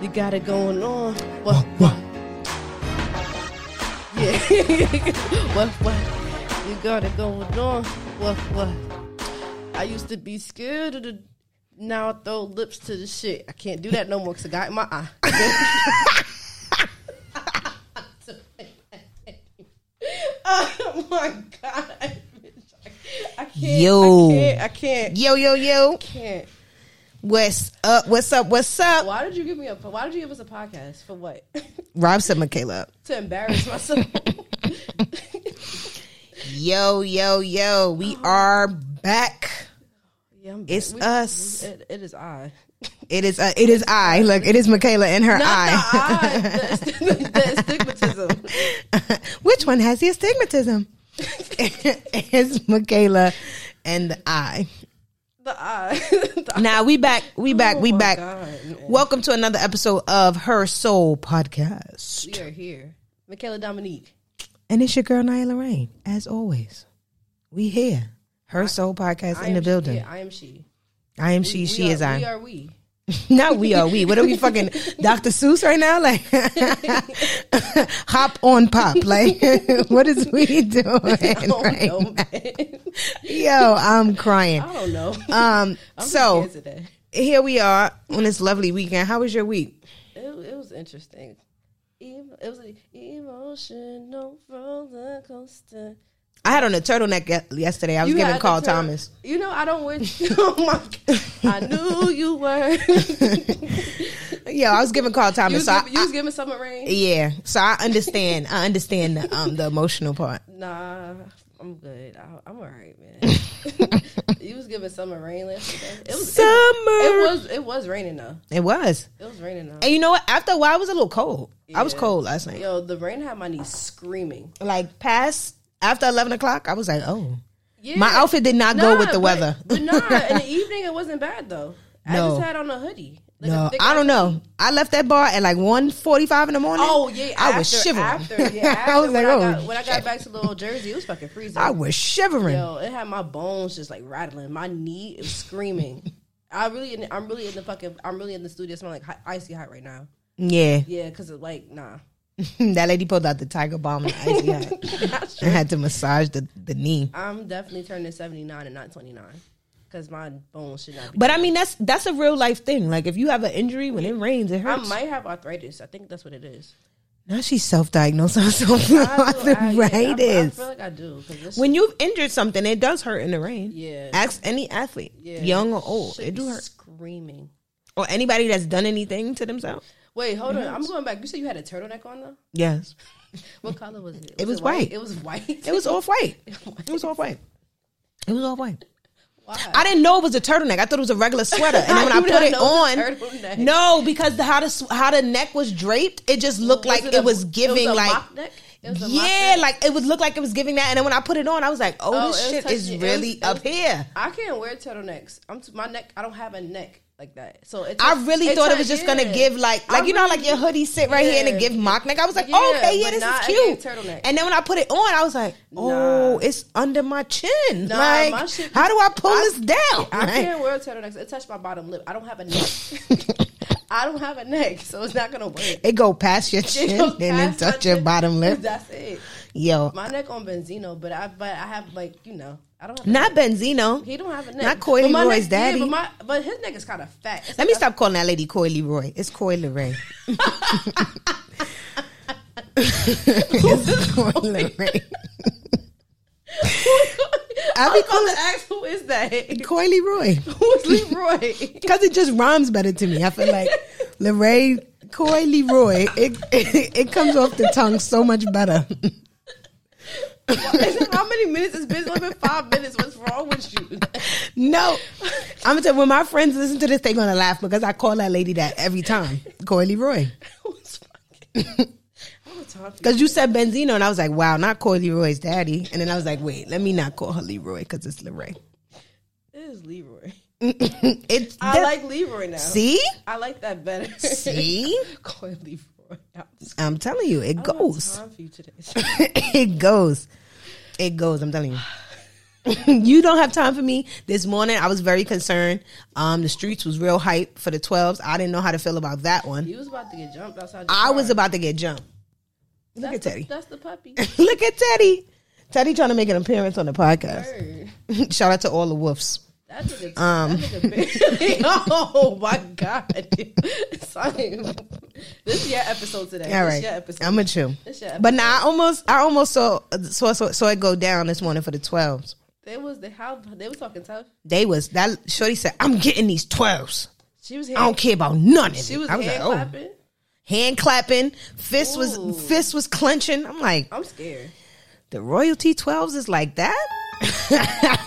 You got it going on. What? What? Yeah. what? What? You got it going on. What? What? I used to be scared of the. Now I throw lips to the shit. I can't do that no more because I got in my eye. oh my god. I can't, Yo. I can't. I can't. Yo, yo, yo. I can't. What's up? What's up? What's up? Why did you give me a? Why did you give us a podcast for what? Rob set Michaela up. to embarrass myself. Yo, yo, yo. We are back. yeah, I'm- It's us. It, it is I. It is. Uh, it is I. Look, it is Michaela and her Not eye. the I. The, stigma- the stigmatism. Which one has the astigmatism? it's Michaela and the I. The I. The I. Now we back. We back. we Oh my back. God, man. Welcome to another episode of Her Soul Podcast, We are here. Michaela Dominique. and it's your girl Nyla Rain. As always, we here. Her Soul Podcast I in the am she. building. Yeah, I am she. I am she. she We is are, I. We are we. Not we are we. What are we fucking Dr. Seuss right now? Like hop on pop. Like what is we doing? I don't right know. now? man. Yo, I'm crying. I don't know. Um I'm so scared today. here we are on this lovely weekend. How was your week? It, it was interesting. Emo- It was an emotional roller coaster. I had on a turtleneck ye- yesterday. I was You giving had Carl to tell- Thomas. You know, I don't wear. oh my! I knew you were. Yo, I was giving Carl you, was Thomas. So I, giving, you was giving summer rain. yeah, so I understand. I understand the, um, the emotional part. Nah, I'm good. I, I'm all right, man. you was giving summer rain last year. It was. Summer. It was. It was raining though. It was. It was raining though. And you know what? After a while, it was a little cold. I was Yeah. cold last night. Yo, the rain had my knees screaming. like past after 11 o'clock i was like oh Yeah. my outfit did not go Nah, with the but- weather But nah, in the evening it wasn't bad though. I No. just had on a hoodie. Like a no thick i don't ass know i left that bar at like 1.45 in the morning Oh yeah, i was after- shivering After, yeah, after i was when like I oh got, when I got shit. back to Little Jersey, it was fucking freezing. i was shivering Yo, it had my bones just like rattling. My knee is screaming. I really, in, I'm really in the fucking, I'm really in the studio smelling like hot, icy hot right now. yeah Yeah, because it's like nah. that lady pulled out the tiger bomb and icy hot. i had to massage the, the knee I'm definitely turning 79 and not 29 because my bones should not be. but i mean that's that's a real life thing like if you have an injury when it rains it I hurts might have arthritis. I think that's what it is. now she's self-diagnosed on I do- I- yeah, I- I, arthritis feel like I do. 'cause this when you've injured something it does hurt in the rain Yeah. ask any athlete shit- yeah, young or old shit it do be hurt Screaming. or anybody that's done anything to themselves? Wait, hold on. I'm going back. You said you had a turtleneck on though. Yes. What color was it? was white. It was white. It was off white. It was off white. It was off white. Why? I didn't know it was a turtleneck. I thought it was a regular sweater. And then when I, I do put not it know it's a on, turtleneck. no, because the, how the sw- how the neck was draped, it just looked like it, a- was giving it was a like mock neck? It was a mock yeah, neck? like it would look like it was giving that. And then when I put it on, I was like, oh, Oh, this it was shit is touching- it was- really it up was- here. I can't wear turtlenecks. I'm t- my neck. I don't have a neck like that. So it I really it thought it tou- was just yeah. gonna give like I like you know how, really- like your hoodie sit right here and it Yeah. give mock neck. I was like, Yeah, okay, yeah, but this not- is it gave cute. turtleneck. And then when I put it on, I was like, oh, Nah. it's under my chin. Nah, like, my shit- how do I pull this down? I Like, can't wear turtlenecks. It touched my bottom lip. I don't have a neck. I don't have a neck, so it's not gonna work. it go past your It chin goes and then past my touch your chin. bottom lip. That's it. Yo, My neck on Benzino, but I but I have like you know I don't have. a not neck. Benzino. He don't have a neck. Not Coy But my Leroy's neck- yeah, daddy. but my but his neck is kind of fat. It's Let me like a- stop calling that lady Coy Leroy. It's Coy Leray. it's Coy Leray. I I be was going to ask who is that? Coy Leroy. Who's Leroy? Because it just rhymes better to me. I feel like Leray, Coy Leroy, it, it, it comes off the tongue so much better. Is it- How many minutes has been? It's been five minutes. What's wrong with you? No, I'm gonna tell you, when my friends listen to this, they're gonna laugh because I call that lady that every time, Coy Leroy. Who's fucking? I'm talking. Because you said Benzino, and I was like, wow, not Coy Leroy's daddy. And then I was like, wait, let me not call her Leroy because it's Leray. It is Leroy. It's I that- like Leroy now. see, I like that better. see, Call it Leroy. I'm s- I'm telling you, it I don't have goes, time for you today. it goes, it goes. I'm telling you. you don't have time for me. This morning I was very concerned. Um, the streets was real hype for the 12s. I didn't know how to feel about that one. You was about to get jumped outside. I was about to get jumped. Look at Teddy. That's the puppy. Look at Teddy. Teddy trying to make an appearance on the podcast. Shout out to all the woofs. That nigga, um. that nigga barely, oh my god, Simon. This is your episode today. All this right, your episode. I'm with you. This your episode. But now I almost, I almost saw, saw, saw, saw it go down this morning for the 12s. they was the how they was talking tough. They was that shorty said, "I'm getting these 12s. She was I hand, don't care about none of it." she was, I was hand like, "Oh." clapping. hand clapping, fist Ooh. was fist was clenching. I'm like, I'm scared. the royalty 12s is like that.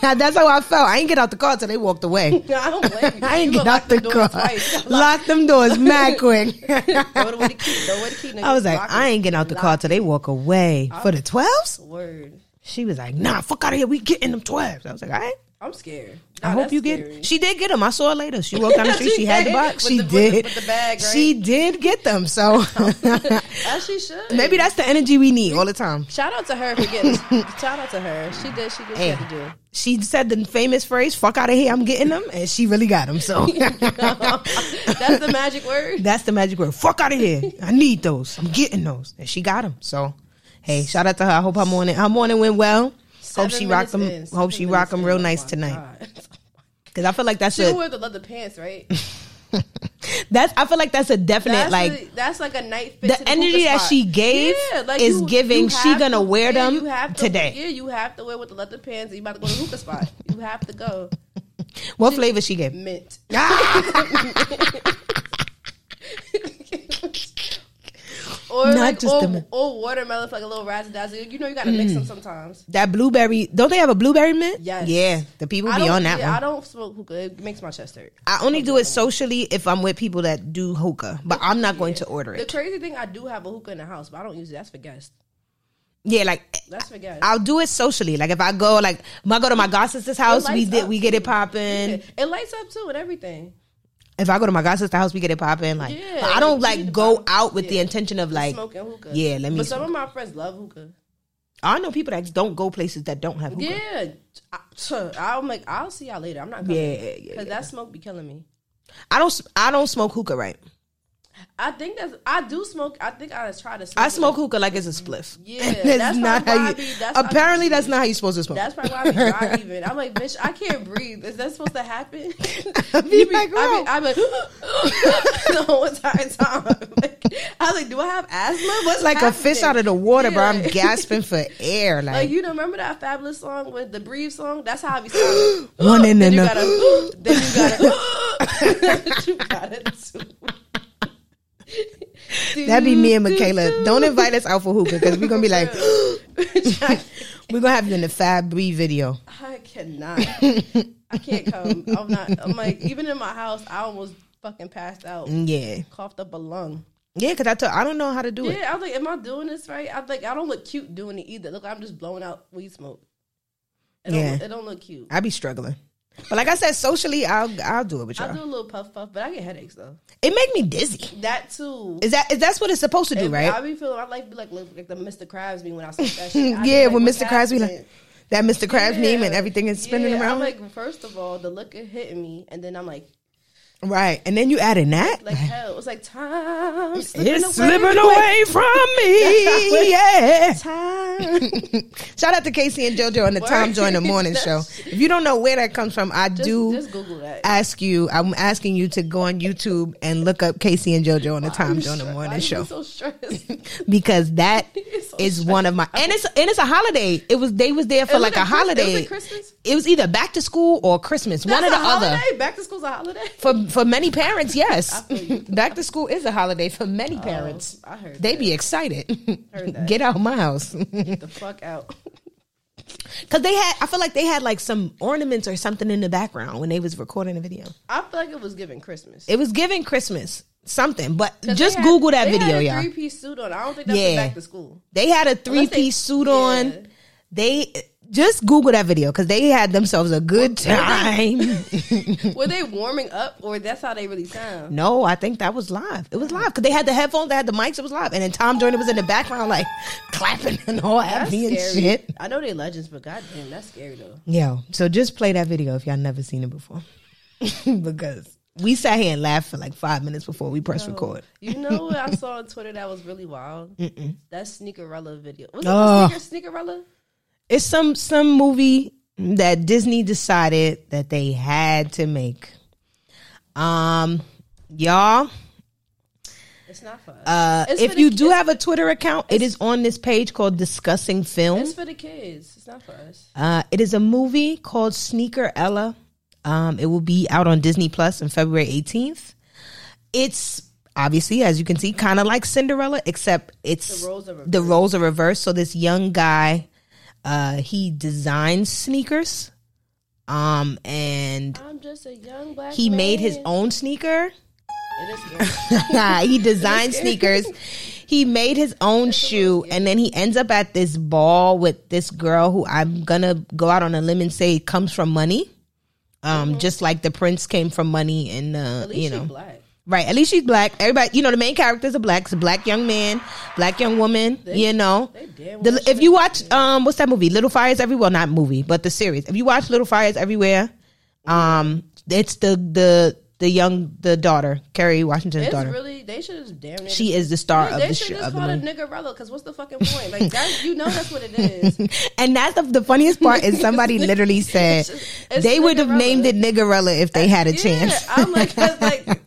That's how I felt. I ain't get out the car till they walked away. I don't blame you. I ain't You get lock out the door car. twice. Lock- Lock them doors mad quick. Throw it away the key. Throw away the key. Nigga. I was like, Lock I it. ain't getting out the car till they walk away. For the 12s? Word. She was like, nah, fuck out of here. We getting them 12s. I was like, all right. I'm scared. I hope you get. She did get them. I saw her later. She walked down the street. She she, had the did. box. With She the- with the- did. with the bag, right? She did get them. So As she should. maybe that's the energy we need all the time. Shout out to her for getting. shout out to her. She did. She did. She Hey. had to do. she said the famous phrase "fuck out of here," I'm getting them, and she really got them. So That's the magic word. that's the magic word. Fuck out of here. I need those. I'm getting those, and she got them. So hey, shout out to her. I hope her morning her morning went well. Seven hope she rocked minutes them. in, seven hope she minutes rocked them in. real Oh nice my tonight. God. Because I feel like that's She a wear the leather pants, right? that's I feel like that's a definite That's like. a- that's like a night fit. the to energy hookah that spot. she gave is giving, she have gonna wear them you have to, today. Yeah, you have to wear with the leather pants. And you about to go to the hookah spot. You have to go what flavor she gave? mint. Or Not like just or, the mint. Mm. or watermelon for like a little razzle dazzle. You know you gotta mix them sometimes. That blueberry? Don't they have a blueberry mint? Yes. Yeah, the people I be don't, on that yeah, one. I don't smoke hookah. It makes my chest hurt. I only do it socially if I'm with people that do hookah, but I'm not going to order The it. crazy thing, I do have a hookah in the house, but I don't use it. That's for guests. Yeah, like That's for guests. I'll do it socially. Like if I go, like if I go to my god sister's house, we lights did up we get it too. popping. Yeah. It lights up too and everything. If I go to my god sister's house, we get it popping. Like Yeah, but I don't like, you need like to go buy- out with the yeah. intention of like. Smoking hookah. Yeah, let me But some of my friends love hookah. I know people that don't go places that don't have hookah. Yeah, I, so I'm like, I'll see y'all later. I'm not coming. Yeah, yeah, yeah, Cause that smoke be killing me. I don't. s- I don't smoke hookah. Right. I think that's. I do smoke. I think I try to. smoke. I smoke hookah like it's a spliff. Yeah, that's, that's not why how you. I be- that's why- apparently, that's not how you're supposed to smoke. That's probably why I be dry even. I'm like, bitch, I can't breathe. Is that supposed to happen? I be You like, I wow. be, I'm like the whole entire time. Like, I was like, do I have asthma? What's like a fish happening? out of the water, bro. I'm Yeah. gasping for air. Like Like, Oh, you know, remember that fabulous song with the breathe song? That's how I be sounding. One in then and you a- gotta, then you gotta, you gotta do. that'd be me and Michaela. Don't invite us out for hookah because we're gonna be like, I, we're gonna have you in the Fab B video. I cannot. I can't come. I'm not. I'm like even in my house, I almost fucking passed out, Mm, Yeah, coughed up a lung. yeah. Because I told I don't know how to do it. Yeah, I'm like, am I doing this right? I like I don't look cute doing it either. Look, I'm just blowing out weed smoke. It don't, Yeah. it don't look cute. I be struggling. But like I said, socially, I'll I'll do it with I y'all. do a little puff puff, but I get headaches though. It make me dizzy. That too. Is that is that's what it's supposed to do, I right? be feeling I like be like like, like the Mr. Krabs meme when I see that shit. I be Yeah, like, when what's Mr. Krabs be like happening? that Mr. Krabs meme and Yeah. everything is spinning Yeah, around, I'm like, first of all, the look it hitting me, and then I'm like, right? And then you add in that. like hell, it's like time slipping it's away. slipping away from me. yeah. Time. Shout out to Casey and JoJo on the Tom Word. Joy in the Morning That's- Show. If you don't know where that comes from, I Just, do just Google that. ask you. I'm asking you to go on YouTube and look up Casey and JoJo on the Tom I'm Joy stre- in the why Morning you Show So stressed. because that It's so is one of my and it's and it's a holiday. It was they was there for It was like like a Chris- it was holiday. like Christmas? It was either back to school or Christmas, one or That's the a holiday? other. Back to school's a holiday. For for many parents, yes, I feel you. Oh, back to school is a holiday for many parents. I heard They be excited. Heard that. Get out of my house. Get the fuck out. Cause they had, I feel like they had like some ornaments or something in the background when they was recording the video. I feel like it was giving Christmas. It was giving Christmas something, but 'Cause just they had- Google that they video, had a y'all. Three piece suit on. I don't think that's Yeah. back to school. they had a three Unless they- piece suit on. Yeah. They Just Google that video because they had themselves a good time. Were they warming up, or that's how they really sound? no, I think that was live. It was live because they had the headphones, they had the mics. It was live, and then Tom Jordan was in the background like clapping and all That's happy and scary. shit. I know they legends, but goddamn, that's scary though. Yeah. So just play that video if y'all never seen it before. because we sat here and laughed for like five minutes before we Oh. pressed record. You know what I saw on Twitter that was really wild? That Sneakerella video. Was it Oh. the Sneaker Sneakerella? It's some some movie that Disney decided that they had to make. Um y'all It's not for us. uh It's for if the you do kids. have a Twitter account, it is on this page called Discussing Film. it's for the kids. It's not for us. Uh it is a movie called Sneaker Ella. Um it will be out on Disney Plus on February 18th. It's obviously as you can see kind of like Cinderella except it's The roles are reversed. the roles are reversed. So this young guy, uh, he designs sneakers, um, and I'm just a young black. he made his man. own sneaker. It is scary. he designed sneakers. He made his own shoe, and then he ends up at this ball with this girl who I'm gonna go out on a limb and say comes from money. Um, just like the prince came from money, and uh, Mm-hmm. At least you you know, black. Right. At least she's black. Everybody, you know, the main characters are black. It's a black young man, black young woman. you know, they damn The- well if you watch, um, what's that movie? Little Fires Everywhere. Not movie, but the series. If you watch Little Fires Everywhere, Mm-hmm. um, it's the the the young the daughter Carrie Washington's It's daughter. really they should have damn near. she is the star they of the should show. just Of the call it movie. niggerella because what's the fucking point? Like that, you know that's what it is. And that's the, the funniest part is somebody literally said It's just- it's they would have Niggerella. named it Niggerella if they had a yeah, chance. I'm like, that's like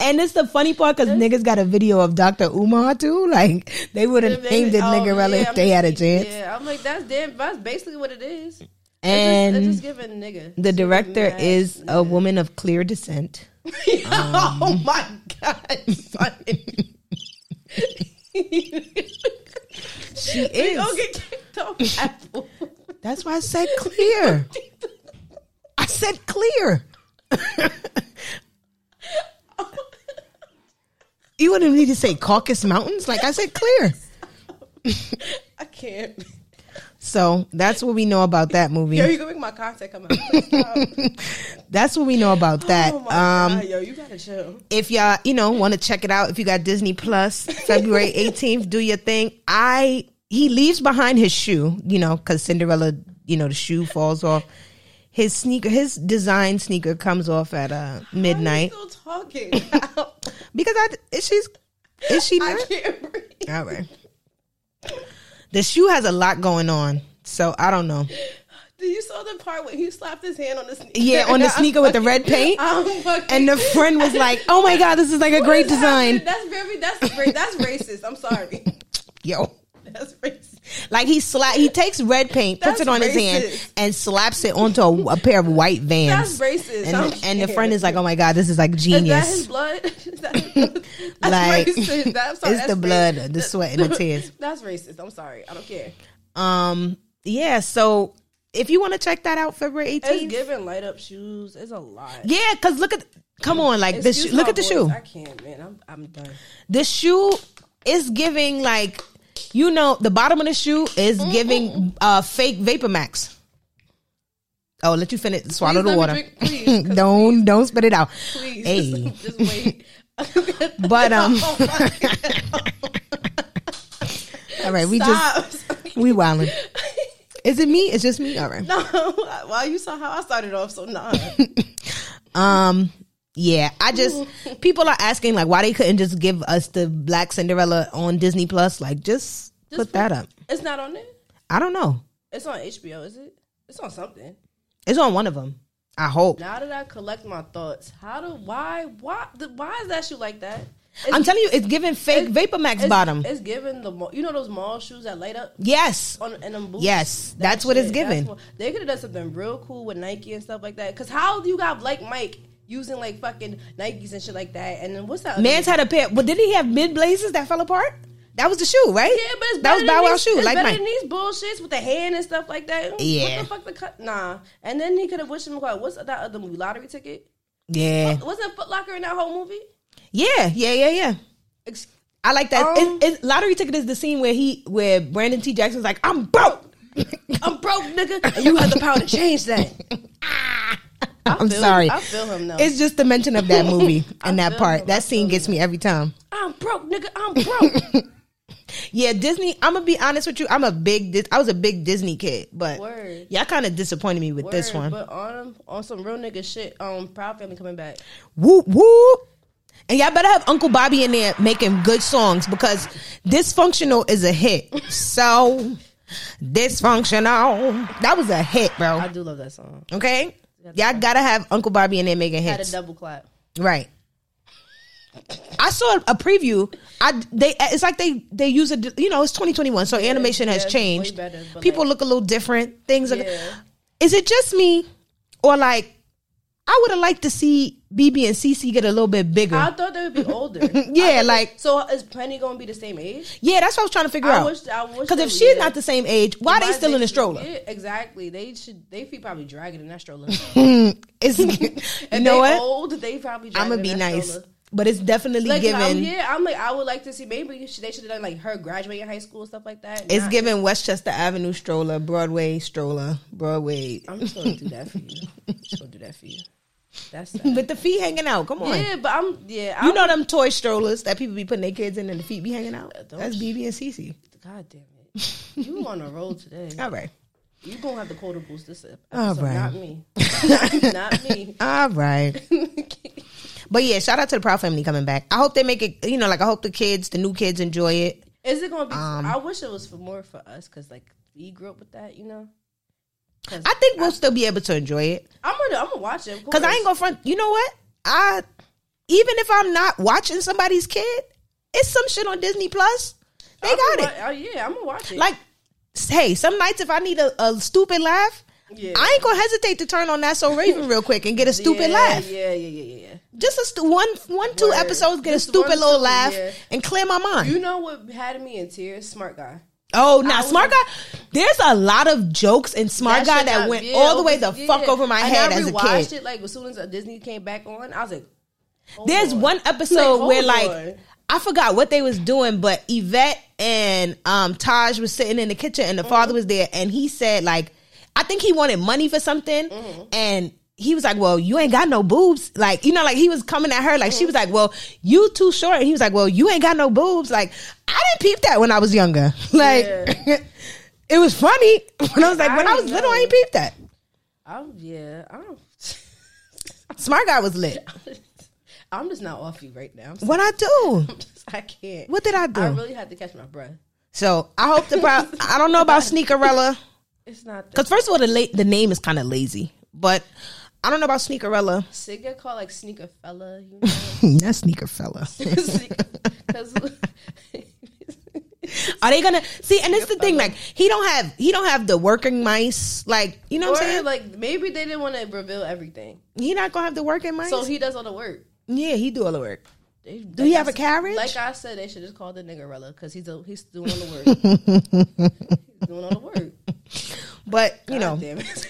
And it's the funny part because niggas got a video of Dr. Umar too. Like they would have named it oh, Niggerella yeah, if I'm they just- had a chance. Yeah, I'm like that's damn. That's basically what it is. And it's just, it's just giving nigga. the director Mad is a woman of clear descent. oh my god, Sonny. She we is. gonna get kicked off Apple. That's why I said clear. I said clear. you wouldn't need to say Caucasus Mountains. Like I said clear. I can't. So that's what we know about that Yo, movie. you gonna make my content come out. Please stop. That's what we know about that. oh my um, god, yo, you gotta chill. if y'all you know want to check it out if you got disney plus february 18th do your thing i he leaves behind his shoe you know because cinderella you know the shoe falls off his sneaker his design sneaker comes off at uh midnight Still talking. because i is she's is she I not can't breathe. all right the shoe has a lot going on so i don't know Did you saw the part when he slapped his hand on the sneaker? yeah on the sneaker with the red paint I'm fucking, and the friend was like oh my god this is like a great design That's very. That's ra- that's racist. I'm sorry. yo That's racist. Like he slap, he takes red paint, puts That's it on his racist. hand, and slaps it onto a, a pair of white That's vans. racist. and, I the, don't and the care. friend is like, "Oh my god, this is like Is that his genius." blood? Is that his blood? That's Like, racist. That- I'm sorry, it's that's the blood, racist. the sweat, and the tears. That's racist. I'm sorry. I don't care. Um, yeah. So if you want to check that out, February It's eighteenth. giving light up shoes. It's a lot. Yeah, because look at, come on, like this. Excuse Shoe, look my at the voice. shoe. I can't, man. I'm I'm done. The shoe is giving like, you know, the bottom of the shoe is giving uh fake Vapor Max. Oh, let you finish. Swallow Please let the me water. drink, please, 'cause don't don't spit it out. Please, Hey. just, just wait. But, um, Oh my God. All right, we just stop. We wildin'. Is it me? It's just me. All right. no, well, you saw how I started off, so nah. Um. Yeah. I just people are asking like why they couldn't just give us the Black Cinderella on Disney Plus. Like just, put that up. It's not on there. I don't know. It's on HBO, is it? It's on something. It's on one of them. I hope. Now that I collect my thoughts, how do why why the, why is that shoe like that? It's, I'm telling you, it's giving fake Vapor Max it's, bottom. It's giving the mall- you know those mall shoes that light up yes. on and them boots. Yes, that's what it's shit, giving. that's what- they could have done something real cool with Nike and stuff like that. Cause how do you got like Mike using like fucking Nikes and shit like that? And then what's that? other- Man's had a pair. Well, didn't he have mid blazers that fell apart? That was the shoe, right? Yeah, but it's that better was Bow than Wow these, shoe. It's like better mine. than these bullshits with the hand and stuff like that. Yeah. What the fuck? The cut? Nah. And then he could have wished him God. What's that other movie? Lottery ticket. yeah. Wasn't Foot Locker in that whole movie? Yeah. Yeah. Yeah. Yeah. Ex- I like that. Um, it, it, lottery ticket is the scene where he where Brandon T. Jackson's like, I'm broke. I'm broke, nigga, and you have the power to change that. I'm feel- sorry. I feel him now. It's just the mention of that movie and that feel part. him. I That scene gets me every time. I'm broke, nigga. I'm broke. Yeah, Disney. I'm gonna be honest with you. I'm a big. Dis- I was a big Disney kid, but Word. y'all kind of disappointed me with this Word, one. but on on some real nigga shit. Um, Proud Family coming back. whoop whoop. And y'all better have Uncle Bobby in there making good songs because dysfunctional is a hit. So dysfunctional. That was a hit, bro. I do love that song. Okay? Y'all gotta have Uncle Bobby in there making Had a hits. double clap. Right. I saw a preview. I they it's like they they use a di- you know it's 2021, so animation yeah, has it's way changed. better, but People look a little different. Things. Are, Yeah. is it just me, or like I would have liked to see BB and CC get a little bit bigger? I thought they would be older. yeah, like so is Penny gonna be the same age? yeah, that's what I was trying to figure I out. wish. I wish. Because they if would, she's yeah. not the same age, why, they still in a stroller? Yeah, exactly. They should. They feet probably dragging in that stroller. It's, you If know they what? Old. They probably. I'm Dragging gonna be in that nice, stroller. but it's definitely Like, given. I'm, yeah, I'm like, I would like to see maybe she, they should have done like her graduating high school and stuff like that. It's Not- giving Westchester Avenue stroller, Broadway stroller, Broadway I'm just gonna do that for you. just gonna do that for you. That's sad. with the feet hanging out. Come on, yeah, but I'm yeah. I'm, you know them toy strollers that people be putting their kids in and the feet be hanging out. those- That's BB and CC. God damn it. You on a roll today. All right, You gonna have the quotables this episode. All right. Not me. Not me. all right. But yeah, shout out to the Proud Family coming back. I hope they make it. You know, like I hope the kids, the new kids, enjoy it. Is it gonna be? I wish it was for more for us because like we grew up with that, you know. I think we'll still be able to enjoy it. I'm gonna I'm gonna watch it Cause I ain't gonna front. You know what? I even if I'm not watching somebody's kid, it's some shit on Disney Plus. They got it. Oh yeah, I'm gonna watch it. Like, hey, some nights if I need a, a stupid laugh, Yeah. I ain't gonna hesitate to turn on that so Raven real quick and get a stupid yeah, laugh. Yeah, yeah, yeah, yeah, yeah. Just a stu- one, one, two Word. episodes, get Just a stupid one little stupid, laugh yeah. and clear my mind. You know what had me in tears? Smart guy. oh, now was- smart guy, there's a lot of jokes in smart guy shit that got- went yeah, all the it way the was- fuck yeah. over my and head I as a rewatched kid. It like as soon as uh, Disney came back on, I was like, hold There's on. one episode Oh, Like, oh, where hold like on. I forgot what they was doing, but Yvette and um Taj was sitting in the kitchen and the Mm-hmm. father was there and he said like I think he wanted money for something Mm-hmm. and he was like, Well, you ain't got no boobs. Like, you know, like he was coming at her, like she was Mm-hmm. like, Well, you too short. And he was like, Well, you ain't got no boobs. Like, I didn't peep that when I was younger. Like it was funny. When I was like, when I I was little, I know. ain't peeped that. I'm yeah, I'm Smart guy was lit. I'm just not off you right now. I'm What I do. just- I can't. What did I do? I really had to catch my breath. So I hope the pro- I don't know about Sneakerella It's not that. because first of all the la- the name is kind of lazy, but I don't know about Sneakerella. Sig get called like sneaker fella, you know? That's sneaker fella. Because Are they gonna see? And it's the thing, like he don't have he don't have the working mice, like you know or what I'm saying. like maybe they didn't want to reveal everything, he not gonna have the working mice. so he does all the work. yeah, he do all the work. They, Do you have a carriage? Like I said, they should just call the niggerella because he's a, he's doing all the work. he's doing all the work. But you know, God damn it.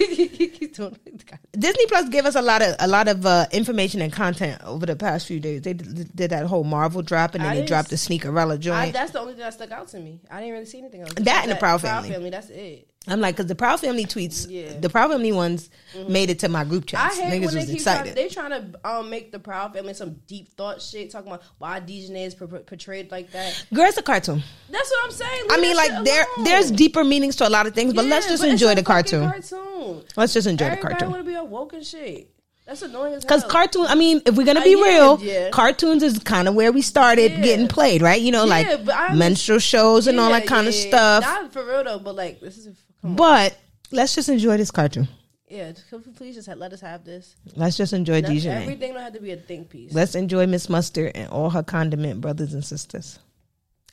he's doing. God. Disney Plus gave us a lot of a lot of uh, information and content over the past few days. They d- did that whole Marvel drop, and then I they didn't dropped the Sneakerella I, joint. that's the only thing that stuck out to me. I didn't really see anything else. That and the Proud Family. That's it. I'm like, because the Proud Family tweets, Yeah. Mm-hmm. the Proud Family ones made it to my group I chats. hate when Niggas they was keep trying, excited. they trying to um, make the Proud Family some deep thought shit, talking about why Dejanay is per- per- portrayed like that. Girl, it's a cartoon. That's what I'm saying. I Leave mean, that like shit there, alone. there's deeper meanings to a lot of things, but Yeah, let's just but it's enjoy a the fucking cartoon. cartoon. Let's just enjoy the Everybody cartoon. want to be awoke and shit. That's annoying as Because hell. cartoon, I mean, if we're gonna Uh, be yeah, real, yeah. cartoons is kind of where we started Yeah. getting played, right? You know, Yeah, like but I- menstrual shows and all Yeah, that kind of yeah, yeah. stuff. Not for real though, but like this is come on. but let's just enjoy this cartoon. yeah. just- can we Please just ha- let us have this. Let's just enjoy Not, Dejanay. everything don't have to be a think piece. Let's enjoy Miss Mustard and all her condiment brothers and sisters.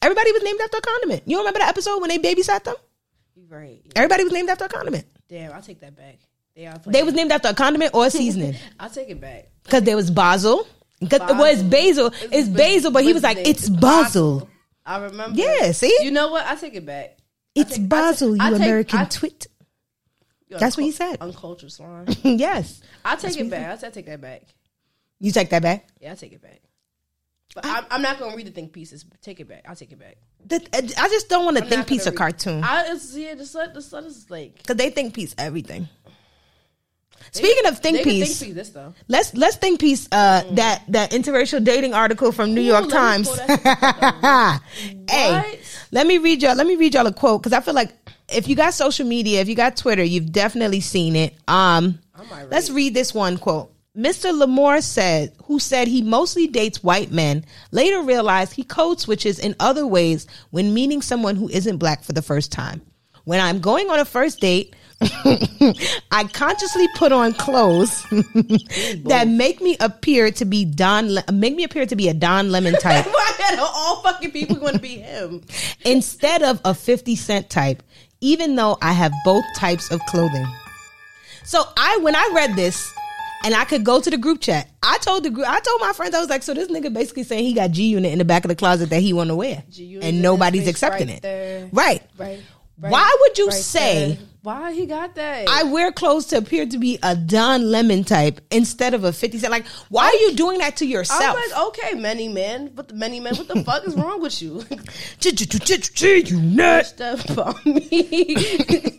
Everybody was named after a condiment. You remember the episode when they babysat them? You right? yeah. Everybody was named after a condiment. Damn, I take that back. They are They playing. was named after a condiment or a seasoning I take it back. because there was basil. 'Cause it was basil. It's basil, but he was like, "It's basil. I remember. Yeah, see? You know what? I take it back. It's take- I basil, take- I you take- I- American twit." You're That's what he uncul- said. Uncultured slime. yes, I take it back. I take that back. you take that back. Yeah, I take it back. But I, am I'm not gonna read the think pieces. Take it back. I'll take it back. That- I just don't want to I'm think not gonna piece of read- cartoon. I it's, yeah, the sun, the sun is like Cause they think piece everything. Speaking of think they can piece, think piece this though. let's let's think piece. Uh, that that interracial dating article from New York Mm. Oh, let me Times. pull hey, What? let me read y'all. Let me read y'all a quote because I feel like if you got social media, if you got Twitter, you've definitely seen it. Um, I'm irate. let's read this one quote. Mr. Lamore said, who said he mostly dates white men, later realized he code switches in other ways when meeting someone who isn't black for the first time. When I'm going on a first date, I consciously put on clothes that make me appear to be Don, Le- make me appear to be a Don Lemon type Why are all fucking people going to be him? instead of a 50 cent type, even though I have both types of clothing. So I, when I read this, and I could go to the group chat. I told the group, I told my friends, I was like, so this nigga basically saying he got G Unit in the back of the closet that he want to wear, G-Unit in and his nobody's face accepting right it. there. Right. Right. Why would you right say there. why he got that? I wear clothes to appear to be a Don Lemon type instead of a Fifty Cent? Like, why are you doing that to I'm yourself? like, okay, many men, but the many men, what the fuck is wrong with you? G Unit. Stuff on me.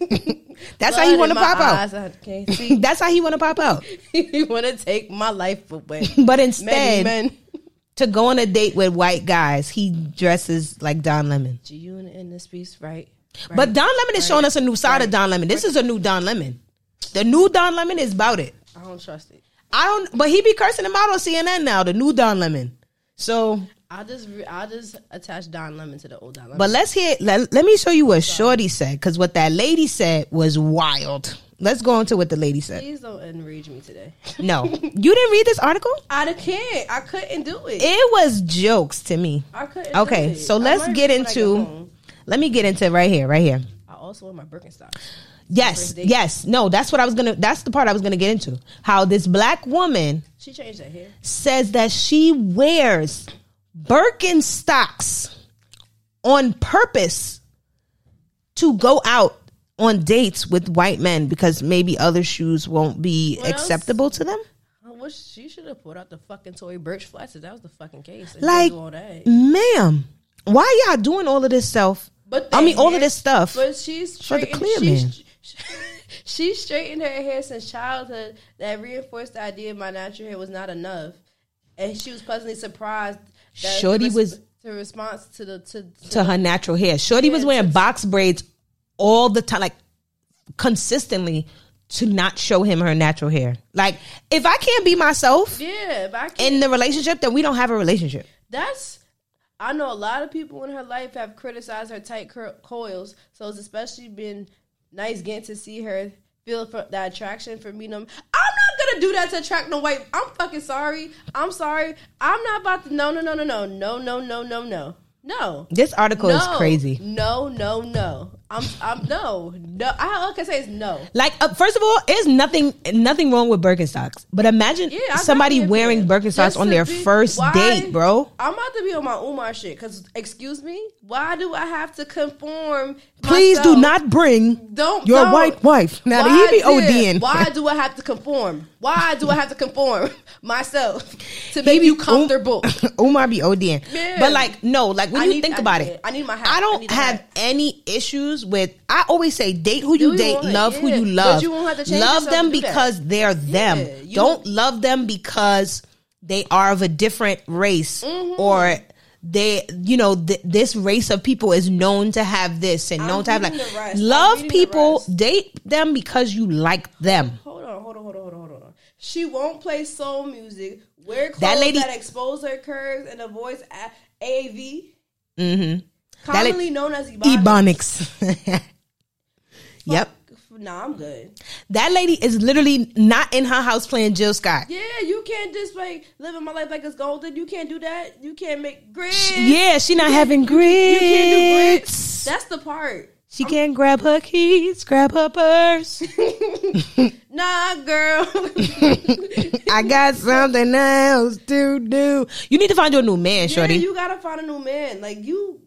That's how you want to pop out. I can't see. That's how he want to pop out. you want to take my life away. But Many instead, men. to go on a date with white guys, he dresses like Don Lemon. Do you in this piece, right? right. But Don Lemon is showing us a new side of Don Lemon. This is a new Don Lemon. The new Don Lemon is about it. I don't trust it. I don't, but he be cursing him out on CNN now. The new Don Lemon. So, I just, re- I just attach Don Lemon to the old Don Lemon. but let's hear. Let, let me show you what Shorty said because what that lady said was wild. Let's go into what the lady said. Please don't enrage me today. No, you didn't read this article. I can't. I couldn't do it. It was jokes to me. I couldn't. do Okay, it. so I let's might get when I into. home. Let me get into right here, right here. I also want my Birkenstocks. Yes, first date. yes. No, that's what I was gonna that's the part I was gonna get into. How this black woman She changed that hair. says that she wears Birkenstocks on purpose to go out on dates with white men because maybe other shoes won't be What else? acceptable to them. I wish she should have pulled out the fucking Tory Birch flats. if That was the fucking case. and Like do all that. ma'am, why y'all doing all of this stuff? But I the mean all of hair- this stuff. But she's For the straightened- clear she's- man. She straightened her hair since childhood. That reinforced the idea my natural hair was not enough, and she was pleasantly surprised. That Shorty the res- was- the response to the to, to to her natural hair. Shorty was Yeah, wearing box braids all the time, like consistently to not show him her natural hair. Like, if I can't be myself yeah. But I can't, in the relationship, then we don't have a relationship. That's I know a lot of people in her life have criticized her tight cur- coils, so it's especially been nice getting to see her feel for that attraction for me. No, I'm not gonna do that to attract no white. I'm fucking sorry. I'm sorry. I'm not about to. No, no, no, no, no, no, no, no, no, no, no. This article is No. crazy. No, no, no. I'm, I'm no, no. I, all I can say is no. Like, uh, first of all, there's nothing nothing wrong with Birkenstocks, but imagine Yeah, I got somebody it, wearing man. Just Birkenstocks on to their be- first why- date, bro. I'm about to be on my Umar shit because, excuse me, why do I have to conform? Please myself? do not bring Don't your don't. white wife. Now Why he be did- ODing. Why do I have to conform? Why do I have to conform myself to He make be- you comfortable? Umar be ODing. Man. But like, no, like when I you need- think I about need it, it. I need my hat. I I don't need the have hat. any issues with. I always say, date who you you date, want, love who yeah. you But love. you won't have to change love yourself them to do that. because they're them. Yeah, you don't love them because they are of a different race Mm-hmm. or they you know th- this race of people is known to have this and I'm known to have like reading the rest. I'm love reading the people rest. date them because you like them Hold on, hold on, hold on, hold on, hold on. She won't play soul music. Wear clothes That that, lady- expose her curves and avoids a- AAV, mm-hmm. That la- commonly known as Ebonics. ebonics yep Nah, I'm good. That lady is literally not in her house playing Jill Scott. Yeah, Yeah, you can't just like living my life like it's golden. You can't do that. You can't make grits. she not having You can't do grits. grits. That's the part. she can't grab her keys, grab her purse. Nah, girl. I got something else to do. You need to find you a new man, shorty. Yeah, you gotta find a new man. Like you,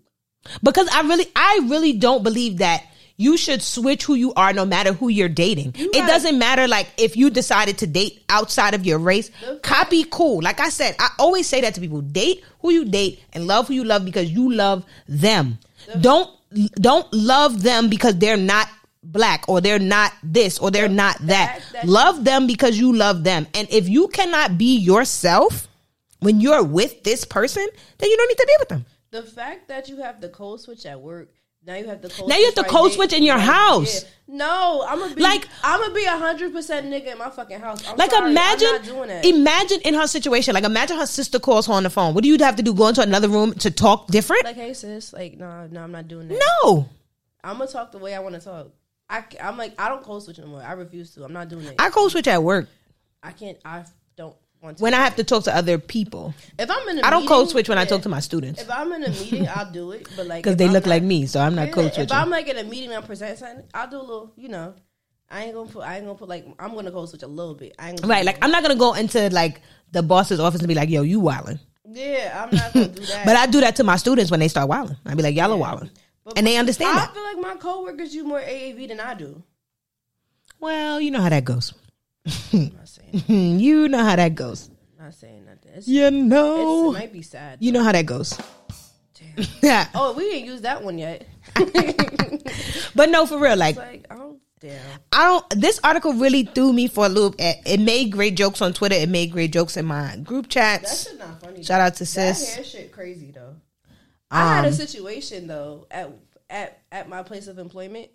because I really, I really don't believe that You should switch who you are no matter who you're dating. right. It doesn't matter like if you decided to date outside of your race. Copy cool. Like I said, I always say that to people. Date who you date and love who you love because you love them. Don't don't love them because they're not black or they're not this or they're not that. That- that- love them because you love them. And if you cannot be yourself when you're with this person, then you don't need to be with them. The fact that you have the code switch at work, now you have the code Now you have the right code there. switch in your Yeah. house. No, I'm gonna be Like- like I'm gonna be hundred percent nigga in my fucking house. I'm Like sorry, imagine, I'm not doing that. imagine in her situation. Like imagine her sister calls her on the phone. What do you have to do? Go into another room to talk different? like hey sis, like no, no, I'm not doing that. no, I'm gonna talk the way I want to talk. I, am like I don't code switch no more. I refuse to. I'm not doing it. I, I code switch at work can't. I don't want to. when I have to talk to other people. if I'm in, a I don't meeting, code switch when I yeah. talk to my students If I'm in a meeting, I'll do it. But like because if they I'm look not- like me, so I'm not Yeah, code If switching. I'm like in a meeting and I'm presenting something, I'll do a little. You know, I ain't gonna put. I ain't gonna put like I'm gonna code switch a little bit. I ain't gonna Right? Like I'm not gonna go into like the boss's office and be like, "Yo, you wildin'." Yeah, I'm not gonna do that. But I do that to my students when they start wilding. I be like, "Y'all are wildin'," But- and they understand I that. feel like my coworkers do more AAV than I do. Well, you know how that goes. Mm, I'm not saying. you know how that goes. not saying nothing. It's, You it's, it know. might be sad. You know how that goes. Damn. Yeah. Oh, we didn't use that one yet. But no, for real, like like, oh damn. I don't. This article really threw me for a loop. It, it made great jokes on Twitter. It made great jokes in my group That chats. shit not funny. Shout out to that sis. hair shit crazy though. I Um, had a situation though at at at my place of employment.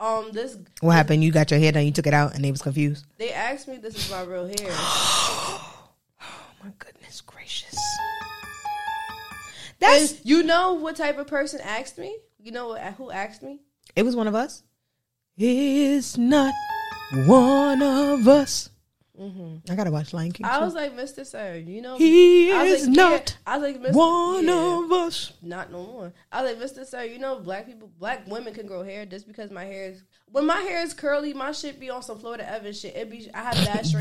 Um, this What happened? You got your hair done. You took it out, and they was confused. they asked me this is my real hair. Oh my goodness gracious! And That's. you know what type of person asked me? You know what, who asked me? It was one of us. It's not one of us. Mm-hmm. I gotta watch Lion King. I too. was like, Mister Sir, you know He I was is yeah. not I was like, Mr. one yeah, of us. not no more. I was like, Mister Sir, you know black people, black women can grow hair just because my hair is when my hair is curly, my shit be on some Florida Evans shit. It be I have that straight.